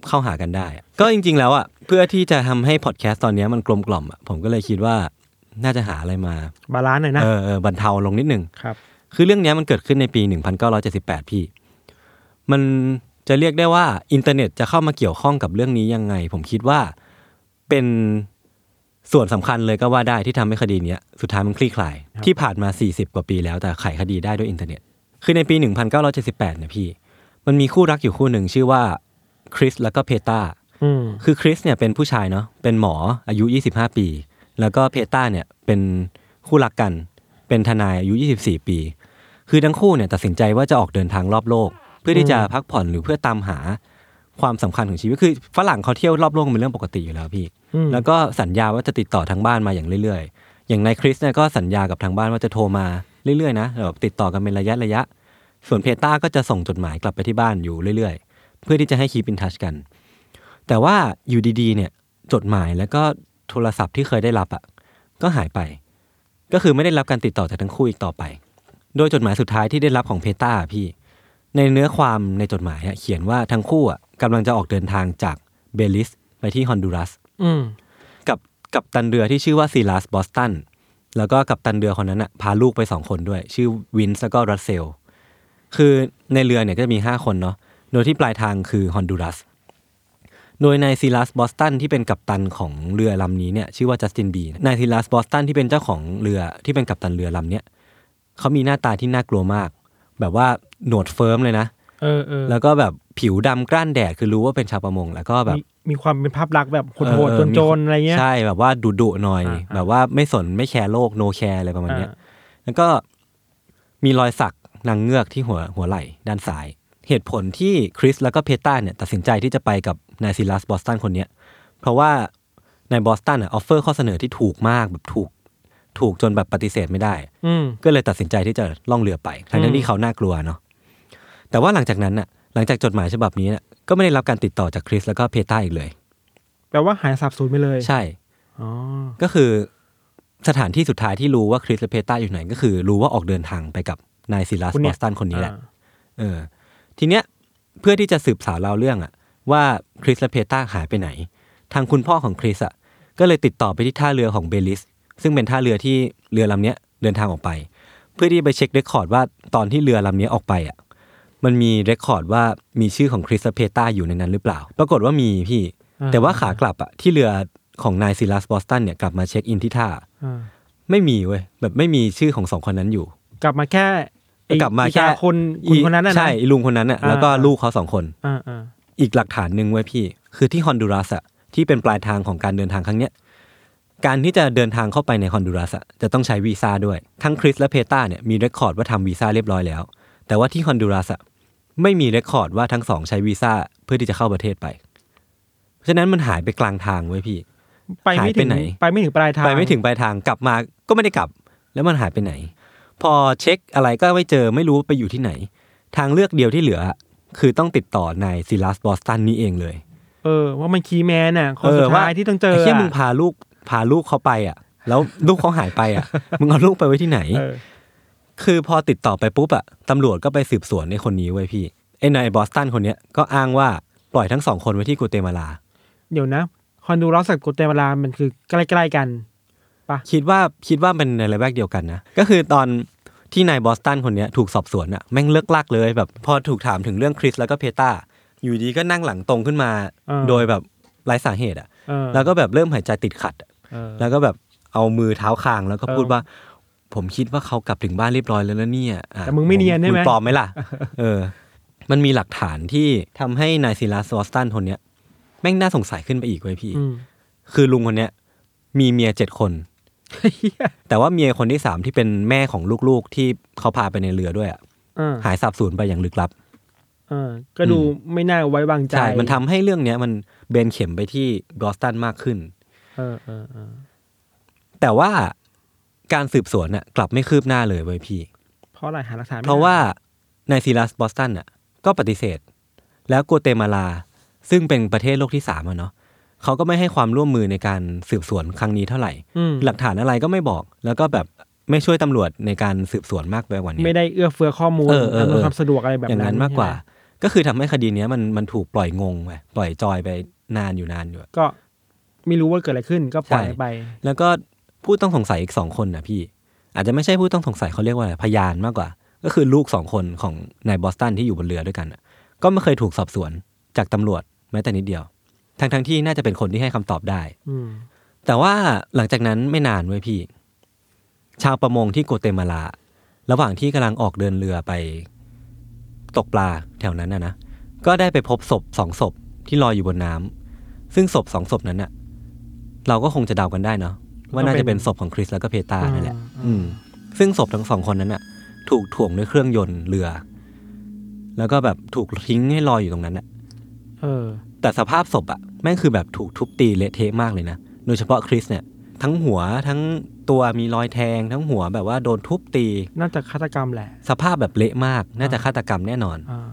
B: เข้าหากันได้อะก็จริง ๆ แล้วอะเพื่อที่จะทำให้พอดแคสต์ตอนเนี้ยมันกลมกล่อมอะผมก็เลยคิดว่าน่าจะหาอะไรมา
C: บาลานซ์หน่อยนะ
B: เออเออบรรเทาลงนิดนึง
C: ครับ
B: คือเรื่องเนี้ยมันเกิดขึ้นในปี 1978 พี่ มันจะเรียกได้ว่าอินเทอร์เน็ตจะเข้ามาเกี่ยวข้องกับเรื่องนี้ยังไง ผมคิดว่าเป็นส่วนสำคัญเลยก็ว่าได้ที่ทำให้คดีเนี้ยสุดท้ายมันคลี่คลาย ที่ผ่านมา 40 กว่าปีแล้วแต่ไขคดีได้ด้วยอินเทอร์เน็ต คือในปี 1978 เนี่ยพี่ มันมีคู่รักอยู่คู่หนึ่งชื่อว่าคริสแล้วก็เพตา
C: อืม
B: คือคริสเนี่ยเป็นผู้ชายเนาะเป็นหมออายุ 25 ปี แล้วก็เพต้าเนี่ยเป็นคู่รักกัน เป็นทนายอายุ 24 ปี คือทั้งคู่เนี่ยตัดสินใจว่าจะออกเดินทางรอบโลก เพื่อที่จะพักผ่อนหรือเพื่อตามหาความสำคัญของชีวิตคือฝรั่งเขาเที่ยวรอบโลกเป็นเรื่องปกติอยู่แล้วพี่
C: อืม
B: แล้วก็สัญญาว่าจะติดต่อทางบ้านมาอย่างเรื่อยๆ อย่างนายคริสเนี่ยก็สัญญากับทางบ้านว่าจะโทรมาเรื่อยๆนะแบบติดต่อกันเป็นระยะระยะ ส่วนเพต้าก็จะส่งจดหมายกลับไปที่บ้านอยู่เรื่อยๆ เพื่อที่จะให้คีปินทัชกัน แต่ว่าอยู่ดีๆ เนี่ยจดหมายแล้วก็โทรศัพท์ที่เคยได้รับอ่ะก็หายไป ก็คือไม่ได้รับการติดต่อจากทั้งคู่อีกต่อไป โดยจดหมายสุดท้ายที่ได้รับของเพต้าพี่ ในเนื้อความในจดหมายอะเขียนว่าทั้งคู่อ่ะกำลังจะออกเดินทางจากเบลิสไปที่ฮอนดูรัส
C: อืม
B: กับกับตันเรือที่ชื่อว่าซีลาสบอสตัน แล้วก็กับตันเรือคนนั้นอ่ะพาลูกไปสองคนด้วย ชื่อวินส์แล้วก็รัสเซล คือในเรือเนี่ยก็จะมีห้าคนเนาะ โดยที่ปลายทางคือฮอนดูรัส โดยนายซีลาสบอสตันที่เป็นกัปตันของเรือลำนี้เนี่ยชื่อว่าจัสตินบี นายซีลาสบอสตันที่เป็นเจ้าของเรือที่เป็นกัปตันเรือลำเนี้ยเขามีหน้าตาที่น่ากลัวมาก แบบว่าหนวดเฟิร์มเลยนะ
C: เออเออ
B: แล้วก็แบบผิวดำกล้านแดดคือรู้ว่าเป็นชาวประมง แล้วก็แบบ
C: มีมีความเป็นภาพลักษณ์แบบ
B: เออ
C: โหด
B: เออ
C: ๆโจร
B: มี
C: ๆอะไรเงี้ย
B: ใช่แบบว่าดุดุๆหน่อย
C: อ่าอ่า
B: แบบว่าไม่สนไม่แคร์โลกโนแคร์อะไรประมาณเนี้ย
C: อ่า
B: แล้วก็มีรอยสักนางเงือกที่หัวหัวไหล่ด้านซ้าย เหตุผลที่คริสแล้วก็เพต้าเนี่ยตัดสินใจที่จะไปกับนายซิลัสบอสตันคนเนี้ย เพราะว่านายบอสตันอ่ะออฟเฟอร์ข้อเสนอที่ถูกมากแบบถูก ถูกจนแบบปฏิเสธไม่ได้
C: อืม
B: ก็เลยตัดสินใจที่จะล่องเรือไปทั้ง
C: อืม
B: ๆที่เขาน่ากลัวเนาะ แต่ว่าหลังจากนั้นน่ะ หลังจากจดหมายฉบับนี้น่ะก็ไม่ได้รับการติดต่อจากคริสแล้วก็เพต้าอีกเลย
C: แปลว่าหายสับสูญไปเลย
B: ใช่
C: อ๋อ
B: ก็คือสถานที่สุดท้ายที่รู้ว่าคริสและเพต้าอยู่ไหน ก็คือรู้ว่าออกเดินทางไปกับนายซิลัสบอสตันคนนี้แหละ
C: อ่า
B: เออ ทีเนี้ยเพื่อที่จะสืบสาวเราวเรื่องอะว่าคริสและเพตาหายไปไหน ทางคุณพ่อของคริสอะก็เลยติดต่อไปที่ท่าเรือของเบลิส ซึ่งเป็นท่าเรือที่เรือลำเนี้ยเดินทางออกไป เพื่อที่ไปเช็คเรคคอร์ดว่าตอนที่เรือลำเนี้ยออกไปอะมันมีเรคคอร์ดว่ามีชื่อของคริสและเพตาอยู่ในนั้นหรือเปล่า ปรากฏว่ามีพี่
C: อ่า
B: แต่ว่าขากลับอะที่เรือของนายซิลัสบอสตันเนี่ยกลับมาเช็คอินที่ท่า
C: อ่า
B: ไม่มีเว้ยแบบไม่มีชื่อของสองคนนั้นอยู่
C: กลับมาแค่ไอ้
B: กลับมาแค่
C: อีคนคุณคนนั้นน่ะนะ
B: ใช่อีลุงคนนั้นน่ะ
C: อ่า
B: แล้วก็ลูกเขาสองคน
C: อ่าอ่า
B: อีกหลักฐานหนึ่งไว้ยพี่ คือที่ฮอนดูรัสอะที่เป็นปลายทางของการเดินทางครั้งเนี้ยการที่จะเดินทางเข้าไปในฮอนดูรัสอะจะต้องใช้วีซ่าด้วย ทั้งคริสและเพตาเนี่ยมีเรคคอร์ดว่าทำวีซ่าเรียบร้อยแล้ว แต่ว่าที่ฮอนดูรัสอะไม่มีเรคคอร์ดว่าทั้งสองใช้วีซ่าเพื่อที่จะเข้าประเทศไปเพราะฉะนั้นมันหายไปกลางทางเว้ยพี่
C: ไปไม่ถึง
B: หายไปไหน
C: ไปไม่ถึงปลายทาง
B: ไปไม่ถึงปลายทางกลับมาก็ไม่ได้กลับ แล้วมันหายไปไหน พอเช็คอะไรก็ไม่เจอไม่รู้ไปอยู่ที่ไหน ทางเลือกเดียวที่เหลือ คือต้องติดต่อนายซิลัสบอสตันนี่เองเลย
C: เออว่ามันคีย์แมนน่ะคนสุดท้ายที่ต้องเจอ
B: ไอ้เหี้ย
C: อะ
B: มึงพาลูกพาลูกเขาไปอ่ะ แล้วลูกเขาหายไป อ่ะ มึงเอาลูกไปไว้ที่ไหน
C: เออ
B: คือพอติดต่อไปปุ๊บอะตำรวจก็ไปสืบสวนในคนนี้ไว้ยพี่ไอ้นายบอสตันคนเนี้ยก็อ้างว่าปล่อยทั้งสองคนไว้ที่กูเตมาลา
C: เดี๋ยวนะคอนดูรัสกับกุเตมาลามันคือใกล้ๆกัน
B: คิดว่าคิดว่าเป็นในระแวกเดียวกันนะ ก็คือตอนที่นายบอสตันคนเนี้ยถูกสอบสวนอะแม่งเลิกลักเลยแบบ พอถูกถามถึงเรื่องคริสแล้วก็เพตาอยู่ดีก็นั่งหลังตรงขึ้นมา
C: อ่า
B: โดยแบบไร้สาเหตุอะ
C: เออ
B: แล้วก็แบบเริ่มหายใจติดขัดอะ
C: เออ
B: แล้วก็แบบเอามือเท้าคางแล้วก็พูด
C: เออ
B: ว่า ผมคิดว่าเขากลับถึงบ้านเรียบร้อยแล้วนะเนี่ยอ่ะ
C: แต่มึงไม่เนียนใช่ไหม
B: งปลอมไห มล่ะ เออ มันมีหลักฐานที่ทำให้นายซิลัสบอสตันคนเนี้ยแม่งน่าสงสัยขึ้นไปอีกเว้ยพี่
C: อืม
B: คือลุงคนเนี้ยมีเมียเจ็ดคน แต่ว่าเมียคนที่สามที่เป็นแม่ของลูกๆที่เขาพาไปในเรือด้วยอะ
C: เออ
B: หายสาบสูญไปอย่างลึกลับ
C: เออก็ดูไม่น่าไว้วางใจ
B: ใช่ มันทำให้เรื่องเนี้ยมันเบนเข็มไปที่บอสตันมากขึ้น
C: เออเออเออ
B: แต่ว่าการสืบสวนน่ะกลับไม่คืบหน้าเลยเว้ยพี่
C: เพราะอะไรหาหลักฐานไม่
B: เพราะว่านายซีลัสบอสตันน่ะก็ปฏิเสธ แล้วกัวเตมาลา ซึ่งเป็นประเทศโลกที่สามอะเนาะเขาก็ไม่ให้ความร่วมมือในการสืบสวนครั้งนี้เท่าไหร่
C: อืม
B: หลักฐานอะไรก็ไม่บอก แล้วก็แบบไม่ช่วยตำรวจในการสืบสวนมากไปกว่านี้
C: ไม่ได้เอื้อเฟื้อข้อมูล
B: เออเออ
C: อำนวย
B: เออ
C: ความสะดวกอะไรแบบ
B: อ
C: นั้
B: ย่านงนั้นมากกว่า
C: ใช่ไห
B: ก็คือทำให้คดีเนี้ยมันมันถูกปล่อยงงไปปล่อยจอยไปนานอยู่นานอยู่
C: ก็ไม่รู้ว่าเกิดอะไรขึ้นก็ปล่อย
B: ใช่
C: ไป
B: แล้วก็ผู้ต้องสงสัยอีกสองคนนะพี่ อาจจะไม่ใช่ผู้ต้องสงสัยเขาเรียกว่าอะไรพยานมากกว่า ก็คือลูกสองคนของนายบอสตันที่อยู่บนเรือด้วยกันน่ะก็ไม่เคยถูกสอบสวนจากตำรวจแม้แต่นิดเดียว ทั้งทั้งๆที่น่าจะเป็นคนที่ให้คำตอบได้
C: อืม
B: แต่ว่าหลังจากนั้นไม่นานเว้ยพี่ ชาวประมงที่โกเตมาลา ระหว่างที่กำลังออกเดินเรือไปตกปลาแถวนั้นนะนะก็ได้ไปพบศพสองศพที่ลอยอยู่บนน้ำซึ่งศพสองศพนั้นน่ะ เราก็คงจะเดากันได้เนาะว่าน่าจะเป็นศพของคริสแล้วก็เพตานั่นแหละ อืม ซึ่งศพทั้งสองคนนั้นน่ะ ถูกถ่วงด้วยเครื่องยนต์เรือ แล้วก็แบบถูกทิ้งให้ลอยอยู่ตรงนั้นน่ะ
C: เออ
B: แต่สภาพศพอะแม่งคือแบบถูกทุบตีเละเทะมากเลยนะ โดยเฉพาะคริสเนี่ย ทั้งหัวทั้งตัวมีรอยแทง ทั้งหัวแบบว่าโดนทุบตี
C: น่าจะฆาตกรรมแหละ
B: สภาพแบบเละมาก น่าจะฆาตกรรมแน่นอน
C: อ่า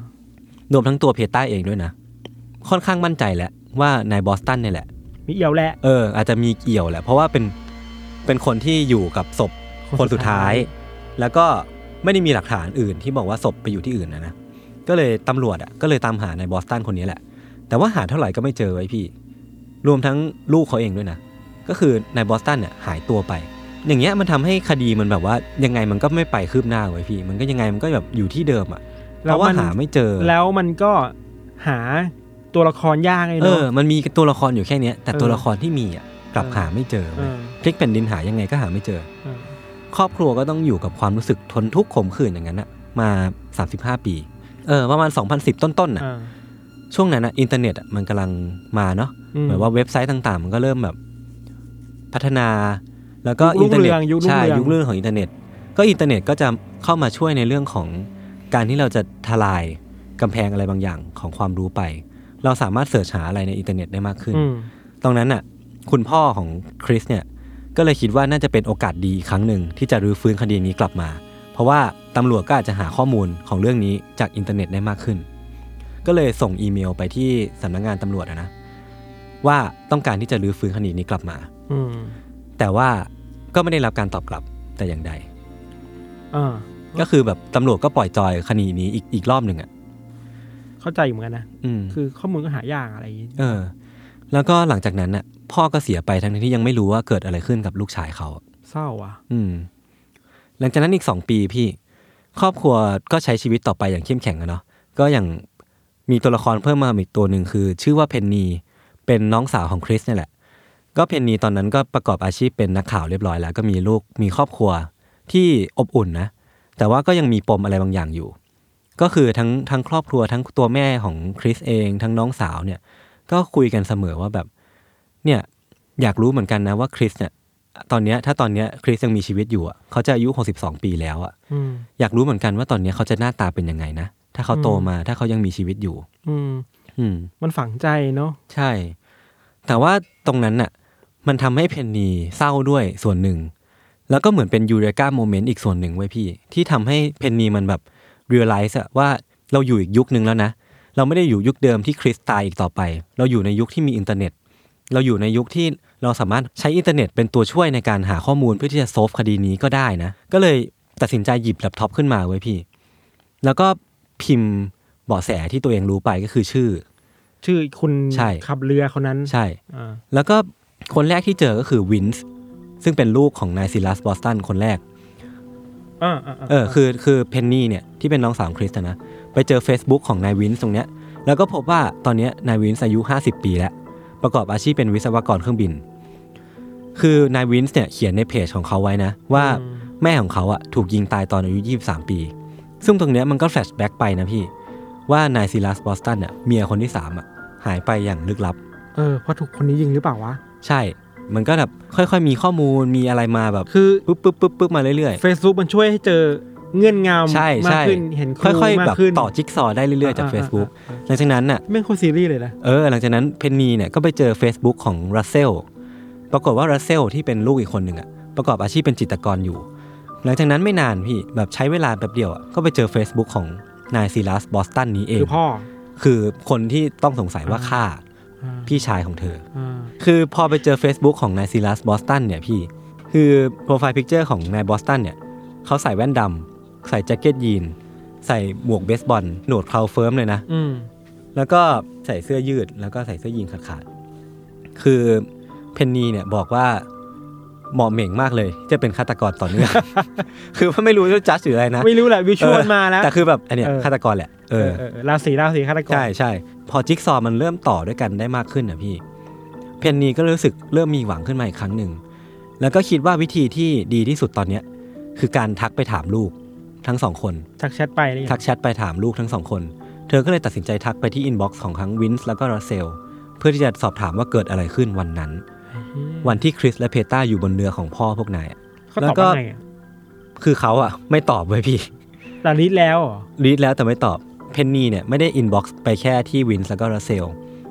C: ร
B: วมทั้งตัวเพต้าเองด้วยนะ ค่อนข้างมั่นใจแหละว่านายบอสตันเนี่ยแหละ
C: มีเอี่ยวแหละ
B: เออ อาจจะมีเกี่ยวแหละ เพราะว่าเป็นเป็นคนที่อยู่กับศพ
C: คน
B: คนสุดท้าย
C: สุดท้
B: แล้วก็ไม่ได้มีหลักฐานอื่นที่บอกว่าศพไปอยู่ที่อื่นนะนะก็เลยตำรวจอ่ะก็เลยตามหานายบอสตันคนนี้แหละ แต่ว่าหาเท่าไหร่ก็ไม่เจอไว้ยพี่ รวมทั้งลูกเขาเองด้วยนะ ก็คือนายบอสตันเนี่ยหายตัวไป อย่างเงี้ยมันทำให้คดีมันแบบว่ายังไงมันก็ไม่ไปคืบหน้าเว้ยพี่ มันก็ยังไงมันก็แบบอยู่ที่เดิมอ่ะเพ
C: แล้ว
B: ราะว่าน หาไม่เจอ
C: แล้วมันก็หาตัวละครยากไง
B: เอ
C: เนอะ
B: อ มันมีตัวละครอยู่แค่เนี้ยแต่ตัว
C: เออ
B: ละครที่มีอ่ะกลับ
C: เออ
B: หาไม่เจอ
C: เอ
B: เว้ย
C: อ
B: พลิกแผ่นดินหายังไงก็หาไม่เจอ
C: เออ
B: ครอบครัวก็ต้องอยู่กับความรู้สึกทนทุกข์ขมขื่นอย่างนั้นอะมา 35 ปี เออประมาณ 2010 ต้นๆน่ะ
C: เออ
B: ช่วงนั้นนะอินเทอร์เน็ตอะมันกำลังมาเนาะ
C: อืม
B: เหมือนว่าเว็บไซต์ต่างๆ มันก็เริ่มแบบพัฒนา แล้วก็
C: ยุ
B: อิ
C: คน รุ่
B: เทอง ร์เน็ต
C: เรืองยุครุ่ง
B: ใช่
C: เรือง
B: ยุคเรื่องของอินเทอร์เน็ต ก็อินเทอร์เน็ตก็จะเข้ามาช่วยในเรื่องของการที่เราจะทลายกำแพงอะไรบางอย่างของความรู้ไป เราสามารถเสิร์ชหาอะไรในอินเทอร์เน็ตได้มากขึ้น
C: อืม
B: ตรงนั้นน่ะ คุณพ่อของคริสเนี่ย ก็เลยคิดว่าน่าจะเป็นโอกาสดีอีกครั้งหนึ่งที่จะรื้อฟื้นคดีนี้กลับมา เพราะว่าตำรวจก็อาจจะหาข้อมูลของเรื่องนี้จากอินเทอร์เน็ตได้มากขึ้น ก็เลยส่งอีเมลไปที่สำนักงานตำรวจอะนะ ว่าต้องการที่จะรื้อฟื้นคดีนี้กลับมา
C: อืม
B: แต่ว่าก็ไม่ได้รับการตอบกลับแต่อย่างใด
C: เออ
B: ก็คือแบบตำรวจก็ปล่อยจอยคดีนี้อีกอีกรอบหนึ่งอ่ะ
C: เข้าใจอยู่เหมือนกันนะ
B: อืม
C: คือข้อมูลก็หายากอะไรอย่างงี้
B: เออ แล้วก็หลังจากนั้นน่ะ พ่อก็เสียไปทั้งที่ยังไม่รู้ว่าเกิดอะไรขึ้นกับลูกชายเขาอะ
C: เศร้าอ่ะ
B: อืม หลังจากนั้นอีกสองปีพี่ ครอบครัวก็ใช้ชีวิตต่อไปอย่างเข้มแข็งอะเนาะก็อย่างมีตัวละครเพิ่มมาอีกตัวหนึ่งคือ ชื่อว่าเพนนีเป็นน้องสาวของคริสเนี่ยแหละ ก็เพนนีตอนนั้นก็ประกอบอาชีพเป็นนักข่าวเรียบร้อยแล้ว ก็มีลูกมีครอบครัวที่อบอุ่นนะ แต่ว่าก็ยังมีปมอะไรบางอย่างอยู่ ก็คือทั้งทั้งครอบครัวทั้งตัวแม่ของคริสเองทั้งน้องสาวเนี่ย ก็คุยกันเสมอว่าแบบ เนี่ยอยากรู้เหมือนกันนะว่าคริสเนี่ย ตอนเนี้ยถ้าตอนเนี้ยคริสยังมีชีวิตอยู่อะเขาจะอายุ 62 ปีแล้วอะ
C: อืม
B: อยากรู้เหมือนกันว่าตอนเนี้ยเขาจะหน้าตาเป็นยังไงนะถ้าเขาโตมาถ้าเขายังมีชีวิตอยู่
C: อืม
B: อืม
C: มันฝังใจเนาะ
B: ใช่ แต่ว่าตรงนั้นน่ะ มันทำให้เพนนีเศร้าด้วยส่วนหนึ่ง แล้วก็เหมือนเป็นยูเรกาโมเมนต์อีกส่วนหนึ่งไว้ยพี่ ที่ทำให้เพนนีมันแบบเรียลไลซ์ว่าเราอยู่อีกยุคหนึ่งแล้วนะ เราไม่ได้อยู่ยุคเดิมที่คริสตายอีกต่อไป เราอยู่ในยุคที่มีอินเทอร์เน็ต เราอยู่ในยุคที่เราสามารถใช้อินเทอร์เน็ตเป็นตัวช่วยในการหาข้อมูลเพื่อที่จะโซฟคดีนี้ก็ได้นะ ก็เลยตัดสินใจหยิบแล็ปท็อปขึ้นมาไว้ยพี่ แล้วก็พิมพ์เบาะแสที่ตัวเองรู้ไปก็คือชื่อ
C: ชื่อคุณ
B: ใช่
C: ขับเรือคนนั้น
B: ใช่
C: อ่า
B: แล้วก็คนแรกที่เจอก็คือวินส์ซึ่งเป็นลูกของนายซิลัสบอสตันคนแรก
C: อ่าาา
B: เออคือคือเพนนี่เนี่ยที่เป็นน้องสาวของคริสอะนะ ไปเจอ Facebook ของนายวินส์ตรงเนี้ยแล้วก็พบว่าตอนเนี้ยนายวินส์อายุ 50 ปีแล้ว ประกอบอาชีพเป็นวิศวกรเครื่องบิน คือนายวินส์เนี่ยเขียนในเพจของเขาไว้นะ ว่าแม่ของเขาอะถูกยิงตายตอนอายุ 23 ปี ซึ่งตรงเนี้ยมันก็แฟลชแบ็กไปนะพี่ ว่านายซิลัสบอสตันเนี่ยเมียคนที่สามอะหายไปอย่างลึกลับ
C: เออเพราะถูกคนนี้ยิงหรือเปล่าวะ
B: ใช่ มันก็แบบค่อยๆ มีข้อมูล มีอะไรมาแบบ
C: คือ
B: ปึ๊บปึ๊บปึ๊บปึ๊บมาเรื่อย
C: Facebook มันช่วยให้เจอเงื่อนงำ
B: ๆ ใช่
C: มาก
B: ใช่
C: ขึ้น เห็นรู
B: ค่อยๆ
C: มา
B: แบบ
C: กขึ้น
B: ต่อจิ๊กซอว์ได้เรื่อยๆ จาก
C: อ่าๆๆ
B: Facebook หลังจากนั้นน่ะ
C: แม่งโคตรซีรีส์เลยนะ
B: เออ หลังจากนั้นเพนนีเนี่ยก็ไปเจอ Facebook ของรัสเซล ปรากฏว่ารัสเซลที่เป็นลูกอีกคนหนึ่งอะประกอบอาชีพเป็นจิตรกรอยู่ หลังจากนั้นไม่นานพี่แบบใช้เวลาแบบเดียวอะก็ไปเจอ Facebook ของนายซีลัสบอสตันนี้เอง
C: คือพ่อ
B: คือคนที่ต้องสงสัยว่าฆ่า
C: อ่า
B: พี่ชายของเธอ
C: อ่า
B: คือพอไปเจอ Facebook ของนายซิลัสบอสตันเนี่ยพี่ คือโปรไฟล์พิกเจอร์ของนายบอสตันเนี่ยเขาใส่แว่นดำใส่แจ็คเก็ตยีน ใส่หมวกเบสบอล หนวดเคราเฟิร์มเลยนะ
C: อืม
B: แล้วก็ใส่เสื้อยืดแล้วก็ใส่เสื้อยีนขาดๆคือเพนนีเนี่ยบอกว่าเหมาะเหม่งมากเลยที่จะเป็นฆาตกรต่อเนื่อง คือว่าไม่รู้จะจัดหรืออะไรนะ
C: ไม่รู้แหละวิชวล
B: เออ
C: มาแล้ว
B: แต่คือแบบอันเนี้ย
C: เออ
B: ฆาตกรแหละเออ
C: เออราศีราศีฆาตกร
B: ใช่ใช่พอจิ๊กซอว์มันเริ่มต่อด้วยกันได้มากขึ้นนะพี่ เพนนีก็รู้สึกเริ่มมีหวังขึ้นมาอีกครั้งหนึ่ง แล้วก็คิดว่าวิธีที่ดีที่สุดตอนเนี้ยคือการทักไปถามลูกทั้งสองคน
C: ทักแชทไปนี่
B: ทักแชทไปถามลูกทั้งสองคน เธอก็เลยตัดสินใจทักไปที่อินบ็อกซ์ของทั้งวินส์แล้วก็รัสเซล เพื่อที่จะสอบถามว่าเกิดอะไรขึ้นวันนั้น วันที่คริสและเพต้าอยู่บนเรือของพ่อพวกนายอะ
C: เขา
B: แล้
C: ตอบ
B: วก็
C: ว่าไงอะ
B: คือเขาอะไม่ตอบเว้ยพี่
C: ลาลิสแล้วเหรอ
B: รีดแล้วแต่ไม่ตอบ เพนนีเนี่ยไม่ได้อินบ็อกซ์ไปแค่ที่วินส์แล้วก็รัสเซล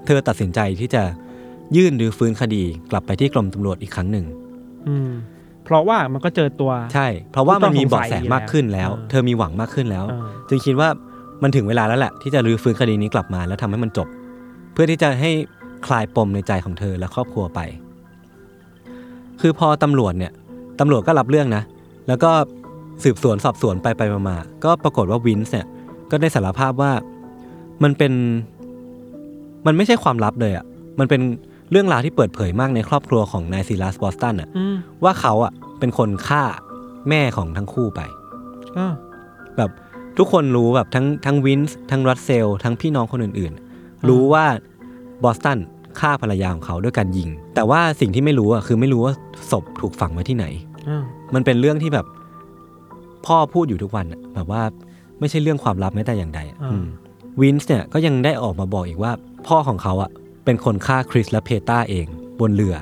B: เธอตัดสินใจที่จะยื่นหรือฟื้นคดีกลับไปที่กรมตำรวจอีกครั้งหนึ่ง
C: อืม เพราะว่ามันก็เจอตัว
B: ใช่ เพราะว่ามันมีเบาะแสมากขึ้นแล้ว
C: อ่า
B: เธอมีหวังมากขึ้นแล้ว
C: อ่า
B: จึงคิดว่ามันถึงเวลาแล้วแหละที่จะรื้อฟื้นคดีนี้กลับมาแล้วทำให้มันจบ เพื่อที่จะให้คลายปมในใจของเธอและครอบครัวไป คือพอตำรวจเนี่ยตำรวจก็รับเรื่องนะ แล้วก็สืบสวนสอบสวนไปไปมามาก็ปรากฏว่าวินส์เนี่ยก็ได้สารภาพว่ามันเป็น มันไม่ใช่ความลับเลยอะ่ะ มันเป็นเรื่องราวที่เปิดเผยมากในครอบครัวของนายซีลัสบอสตันอ่ะ
C: อืม
B: ว่าเขาอ่ะเป็นคนฆ่าแม่ของทั้งคู่ไป
C: อ่า
B: แบบทุกคนรู้แบบทั้งทั้งวินส์ทั้งรัสเซล ทั้งพี่น้องคนอื่นๆ รู้ว่าบอสตันฆ่าภรรยาของเขาด้วยการยิง แต่ว่าสิ่งที่ไม่รู้อ่ะคือไม่รู้ว่าศพถูกฝังไว้ที่ไหน
C: อ่า
B: มันเป็นเรื่องที่แบบพ่อพูดอยู่ทุกวันอะแบบว่าไม่ใช่เรื่องความลับแม้แต่อย่างใดอะอืมวินส์เนี่ยก็ยังได้ออกมาบอกอีกว่า พ่อของเขาอ่ะเป็นคนฆ่าคริสและเพต้าเอง บนเรือ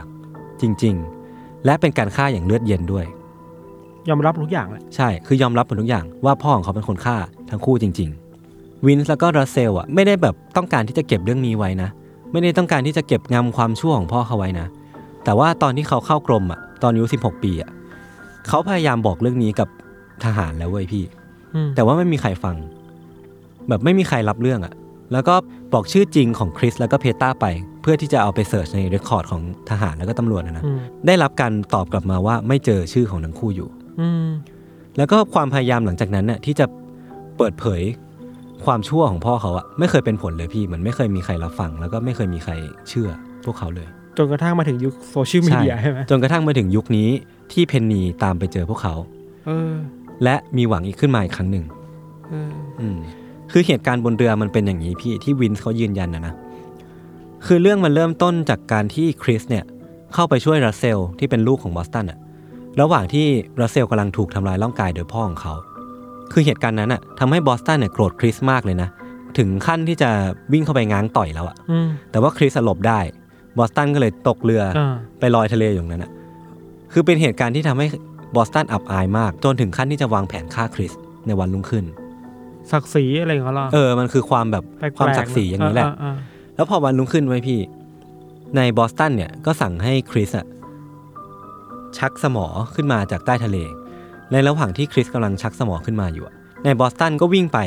B: จริง ๆ และเป็นการฆ่าอย่างเลือดเย็นด้วย
C: ยอมรับทุกอย่างแหละ
B: ใช่ คือยอมรับหมดทุกอย่างว่าพ่อของเขาเป็นคนฆ่าทั้งคู่จริง ๆ วินส์แล้วก็รัสเซลอ่ะไม่ได้แบบต้องการที่จะเก็บเรื่องนี้ไว้นะ ไม่ได้ต้องการที่จะเก็บงำความชั่วของพ่อเขาไว้นะ แต่ว่าตอนที่เขาเข้ากรมอ่ะตอนอายุ16 ปีอ่ะเขาพยายามบอกเรื่องนี้กับทหารแล้วเว้ยพี่
C: อืม
B: แต่ว่าไม่มีใครฟัง แบบไม่มีใครรับเรื่องอ่ะ แล้วก็บอกชื่อจริงของคริสแล้วก็เพต้าไป เพื่อที่จะเอาไปเสิร์ชในเรคคอร์ดของทหารแล้วก็ตำรวจนะนะ
C: อืม
B: ได้รับการตอบกลับมาว่าไม่เจอชื่อของทั้งคู่อยู่
C: อืม
B: แล้วก็ความพยายามหลังจากนั้นน่ะที่จะเปิดเผยความชั่วของพ่อเขาอะไม่เคยเป็นผลเลยพี่เหมือนไม่เคยมีใครรับฟัง แล้วก็ไม่เคยมีใครเชื่อพวกเขาเลย
C: จนกระทั่งมาถึงยุคโซเชียลมีเดียใช่ไหม
B: จนกระทั่งมาถึงยุคนี้ที่เพนนีตามไปเจอพวกเขา
C: เออ
B: และมีหวังอีกขึ้นมาอีกครั้งหนึ่ง
C: เออ
B: อืมคือเหตุการณ์บนเรือมันเป็นอย่างนี้พี่ที่วินส์เขายืนยันนะนะ คือเรื่องมันเริ่มต้นจากการที่คริสเนี่ยเข้าไปช่วยรัสเซลที่เป็นลูกของบอสตันอะระหว่างที่รัสเซลกำลังถูกทำลายร่างกายโดยพ่อของเขา คือเหตุการณ์นั้นอะทำให้บอสตันเนี่ยโกรธคริสมากเลยนะ ถึงขั้นที่จะวิ่งเข้าไปง้างต่อยแล้วอะ
C: อืม
B: แต่ว่าคริสอะหลบได้ บอสตันก็เลยตกเรือ
C: อ่า
B: ไปลอยทะเลอยู่นั้นอ่ะ คือเป็นเหตุการณ์ที่ทำให้บอสตันอับอายมาก จนถึงขั้นที่จะวางแผนฆ่าคริสในวันรุ่งขึ้น
C: ศักดิ์ศรีอะไรของเรา
B: เออ มันคือความแบบ
C: แปลกๆ
B: ความศักดิ์ศรีอย่างนี้แหละ
C: อ่า
B: แล้วพอวันรุ่งขึ้นไว้ยพี่ ในบอสตันเนี่ยก็สั่งให้คริสอะชักสมอขึ้นมาจากใต้ทะเล ในระหว่างที่คริสกำลังชักสมอขึ้นมาอยู่อะในบอสตันก็วิ่งไป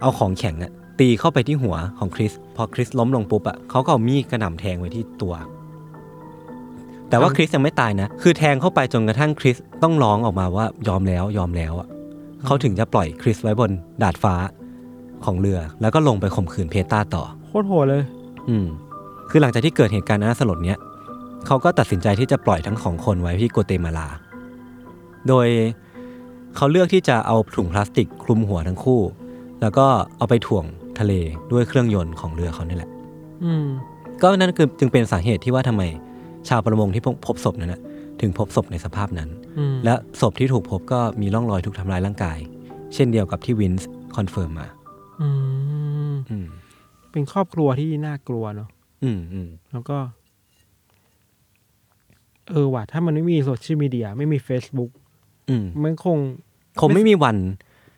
B: เอาของแข็งอะตีเข้าไปที่หัวของคริส พอคริสล้มลงปุ๊บอะเขาก็เอามีดกระหน่ำแทงไว้ที่ตัว แต่ว่าคริสยังไม่ตายนะ คือแทงเข้าไปจนกระทั่งคริสต้องร้องออกมาว่ายอมแล้วยอมแล้วอะเขาถึงจะปล่อยคริสไว้บนดาดฟ้าของเรือ แล้วก็ลงไปข่มขืนเพตาต่อ
C: ๆโคตรโหดเลย
B: อืมคือหลังจากที่เกิดเหตุการณ์น่าสลดเนี้ยเขาก็ตัดสินใจที่จะปล่อยทั้งสองคนไว้ที่กัวเตมาลา โดยเขาเลือกที่จะเอาถุงพลาสติกคลุมหัวทั้งคู่ แล้วก็เอาไปถ่วงทะเลด้วยเครื่องยนต์ของเรือเขานี่แหละ
C: อืม
B: ก็นั่นคือจึงเป็นสาเหตุที่ว่าทำไมชาวประมงที่พบพบศพนั้นนะถึงพบศพในสภาพนั้น
C: อืม
B: และศพที่ถูกพบก็มีร่องรอยถูกทำลายร่างกาย เช่นเดียวกับที่วินส์คอนเฟิร์มมา
C: อืม
B: อืม
C: เป็นครอบครัวที่น่ากลัวเนาะ
B: อืมอืม
C: แล้วก็ เออว่ะ ถ้ามันไม่มีโซเชียลมีเดีย ไม่มี Facebook
B: อืม
C: มันคง
B: คงไม่มีวัน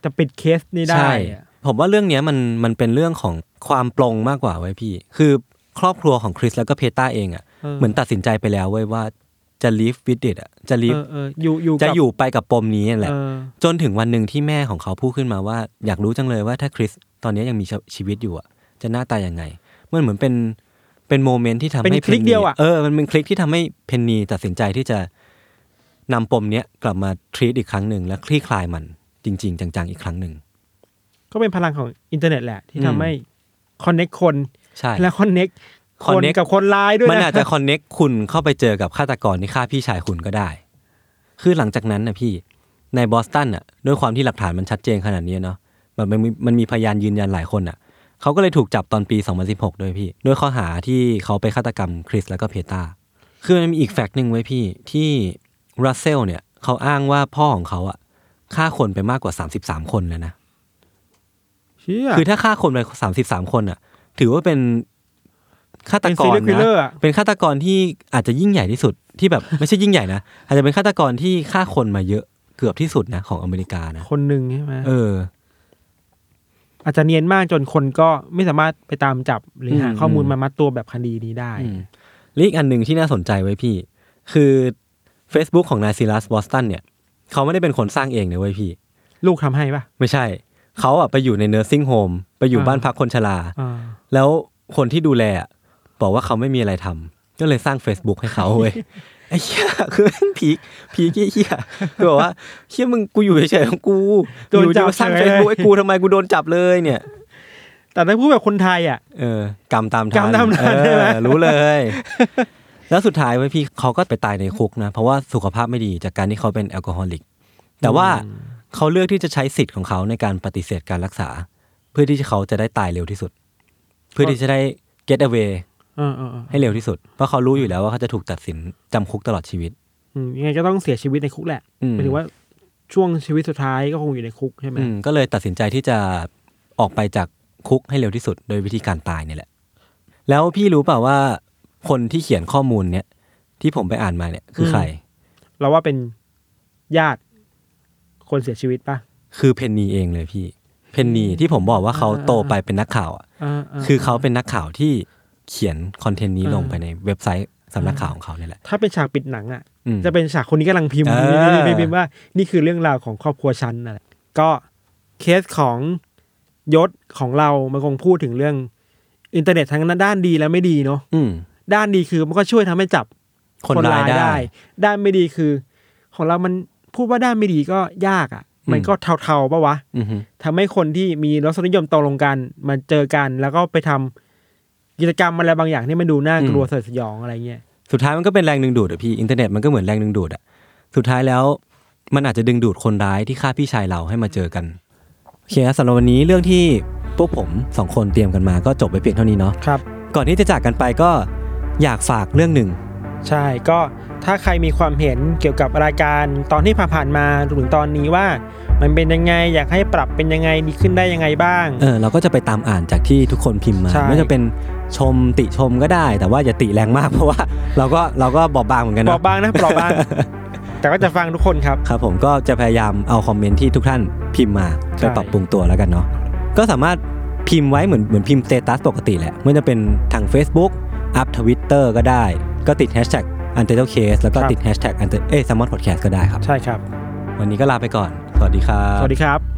C: จะปิดเคสนี้ได้
B: ใช่
C: อะ
B: ผมว่าเรื่องเนี้ยมันมันเป็นเรื่องของความปลงมากกว่าไว้ยพี่ คือครอบครัวของคริสแล้วก็เพต้าเองอะ่ะ เหมือนตัดสินใจไปแล้วเว้ยว่าจะ live with it อ่ะ จะ
C: เอ
B: live
C: อเอออยู่อยู่
B: จะ
C: กับ
B: อยู่ไปกับปมนี้นั่นแหละ
C: เออ
B: จนถึงวันหนึ่งที่แม่ของเขาพูดขึ้นมาว่า อยากรู้จังเลยว่าถ้าคริสตอนเนี้ยยังมีชีชีวิตอยู่อ่ะ จะหน้าตายังไง มันเหมือนเป็นเป็นโมเมนต์ที่ทำ
C: เป็
B: ให้
C: นคลิก
B: พ
C: เดียวอะ
B: เออมันเป็นคลิกที่ทำให้เพนนีตัดสินใจที่จะนำปมเนี้ยกลับมา treat อีกครั้งหนึ่งและคลี่คลายมันจริง ๆ จังๆอีกครั้งหนึ่ง
C: ก็เป็นพลังของอินเทอร์เน็ตแหละ ที่
B: อื
C: ทำ
B: ม
C: ให้คอนเน็กคน
B: ใช่
C: และคอนเน็กคน
B: connect
C: กับคนร้ายด้วย
B: มัน
C: นะ
B: อาจจะคอนเน็กคุณเข้าไปเจอกับฆาตกรที่ฆ่าพี่ชายคุณก็ได้ คือหลังจากนั้นนะพี่ ในบอสตันอ่ะ ด้วยความที่หลักฐานมันชัดเจนขนาดนี้เนาะ มันมันมีมันมีพยานยืนยันหลายคนอ่ะ เขาก็เลยถูกจับตอนปี 2016 ด้วยพี่ ด้วยข้อหาที่เขาไปฆาตกรรมคริสแล้วก็เพตาคือมันมีอีกแฟกต์หนึ่งไว้ยพี่ที่รัสเซลเนี่ยเขาอ้างว่าพ่อของเขาอ่ะฆ่าคนไปมากกว่า 33 คนเลยนะ
C: เชี่ย
B: คือถ้าฆ่าคนไป 33 คนอ่ะ ถือว่าเป็นฆาตกร
C: เป็น serial
B: นะ
C: killer อะ
B: เป็นฆาตกรที่อาจจะยิ่งใหญ่ที่สุดที่แบบ ไม่ใช่ยิ่งใหญ่นะ อาจจะเป็นฆาตกรที่ฆ่าคนมาเยอะเกือบที่สุดนะของอเมริกานะ
C: คนหนึ่งใช่ไหม
B: เออ
C: อาจจะเนียนมากจนคนก็ไม่สามารถไปตามจับหรืออ
B: ม
C: หาข้อมูลมามัดตัวแบบคดีนี้ได้
B: อืมและอีกอันหนึ่งที่น่าสนใจไว้พี่ คือ Facebook ของนายซิลัสบอสตันเนี่ย เขาไม่ได้เป็นคนสร้างเองนะเว้ยพี่
C: ลูกทำให้ปะ
B: ไม่ใช่ เขาอ่ะไปอยู่ในเนอร์ซิ่งโฮมไปอยู่
C: อ่า
B: บ้านพักคนชรา
C: อ่า
B: แล้วคนที่ดูแลอะบอกว่าเขาไม่มีอะไรทำก็เลยสร้าง Facebook ให้เขาเว้ย ไอ้เหี้ยคือแม่งผีผีเหี้ยๆคือบอกว่าเหี้ยมึงกูอยู่เฉยๆของกู
C: โดนจั
B: อ
C: บ
B: ยู่ๆมาสร้าง
C: เฉย
B: Facebook ไอ้กูทำไมกูโดนจับเลยเนี่ย
C: แต่ถ้าพูดแบบคนไทยอ่ะ
B: เออกรรมตามทัน
C: กรรมตามทัน
B: เออ
C: ใช่ไหม
B: รู้เลย แล้วสุดท้ายไว้ยพี่เขาก็ไปตายในคุกนะ เพราะว่าสุขภาพไม่ดีจากการที่เขาเป็นแอลกอฮอลิก แต่ว่าเขาเลือกที่จะใช้สิทธิ์ของเขาในการปฏิเสธการรักษา เพื่อที่เขาจะได้ตายเร็วที่สุด เพื่อที่จะได้ get away
C: เออเออเออ
B: ให้เร็วที่สุด เพราะเขารู้อยู่แล้วว่าเขาจะถูกตัดสินจำคุกตลอดชีวิต
C: อืมยังไงก็ต้องเสียชีวิตในคุกแหละ
B: อืม
C: หมายถึงว่าช่วงชีวิตสุดท้ายก็คงอยู่ในคุกใช่ไหม
B: อืมก็เลยตัดสินใจที่จะออกไปจากคุกให้เร็วที่สุด โดยวิธีการตายเนี่ยแหละ แล้วพี่รู้เปล่าว่าคนที่เขียนข้อมูลเนี่ยที่ผมไปอ่านมาเนี่ยคือใคร
C: เราว่าเป็นญาติคนเสียชีวิตปะ
B: คือเพนนีเองเลยพี่ เพนนีที่ผมบอกว่าเขาโตไปเป็นนักข่าวอ่ะ คือเขาเป็นนักข่าวที่เขียนคอนเทนต์นี้
C: เออ
B: ลงไปในเว็บไซต์สำนักข่าวของเขาเนี่ยแหละ
C: ถ้าเป็นฉากปิดหนังอ่ะ
B: อืม
C: จะเป็นฉากคนนี้กำลังพิมพ์
B: เออ
C: นี่นี่นี่พิมพ์ว่า นี่คือเรื่องราวของครอบครัวชั้นนั่นแหละก็เคสของยศของเรามันคงพูดถึงเรื่อง อินเทอร์เน็ตทั้งนั้นด้านดีและไม่ดีเนาะ
B: อืม
C: ด้านดีคือมันก็ช่วยทำให้จับ
B: คนร้ายได้
C: ด้านไม่ดีคือ ของเรามันพูดว่าด้านไม่ดีก็ยากอะ่ะ มันก็เทาๆปะวะ
B: อือฮึ
C: ทำให้คนที่มีรสนิยมตรงลงกันมาเจอกัน แล้วก็ไปทำกิจกรรมอะไรบางอย่างที่มันดูน่ากลัวสยดสยองอะไรเงี้ย
B: สุดท้ายมันก็เป็นแรงดึงดูดอะพี่อินเทอร์เน็ตมันก็เหมือนแรงดึงดูดอะสุดท้ายแล้วมันอาจจะดึงดูดคนร้ายที่ฆ่าพี่ชายเราให้มาเจอกันโอเคครับสำหรับวันนี้เรื่องที่พวกผมสองคนเตรียมกันมาก็จบไปเพียงเท่านี้เนาะ
C: ครับ
B: ก่อนที่จะจากกันไปก็อยากฝากเรื่องหนึ่ง
C: ใช่ก็ถ้าใครมีความเห็นเกี่ยวกับรายการตอนที่ผ่านๆมารวมถึงตอนนี้ว่า มันเป็นยังไงอยากให้ปรับเป็นยังไงดีขึ้นได้ยังไงบ้าง
B: เออเราก็จะไปตามอ่านจากที่ทุกคนพิมพ์มา
C: ใช่
B: ไม่ว่าจะเป็นชมติชมก็ได้ แต่ว่าอย่าติแรงมากเพราะว่า เราก็เราก็บอบบางเหมือนกัน
C: ป
B: เน
C: ลอ
B: อะ
C: บบ้างนะปลอบ บ้าง แต่ก็จะฟังทุกคนครับ
B: ครับผมก็จะพยายามเอาคอมเมนต์ที่ทุกท่านพิมพ์มาไป
C: ใช่
B: ปรับปรุงตัวแล้วกันเนาะก็สามารถพิมพ์ไว้เหมือนเหมือนพิมพ์สเตตัสปกติแหละไม่ว่าจะเป็นทาง Facebook อัพทวิตเตอร์ก็ได้ ก็ติดแฮชแท็ก u n t i t l e case แล้วก็ติดแฮชแท็ก u n t i t l e เอ้ย s m o t podcast ก็ได้ครับ
C: ใช่ครับ
B: วันนี้ก็ลาไปก่อน สวัสดีครับ
C: สวัสดีครับ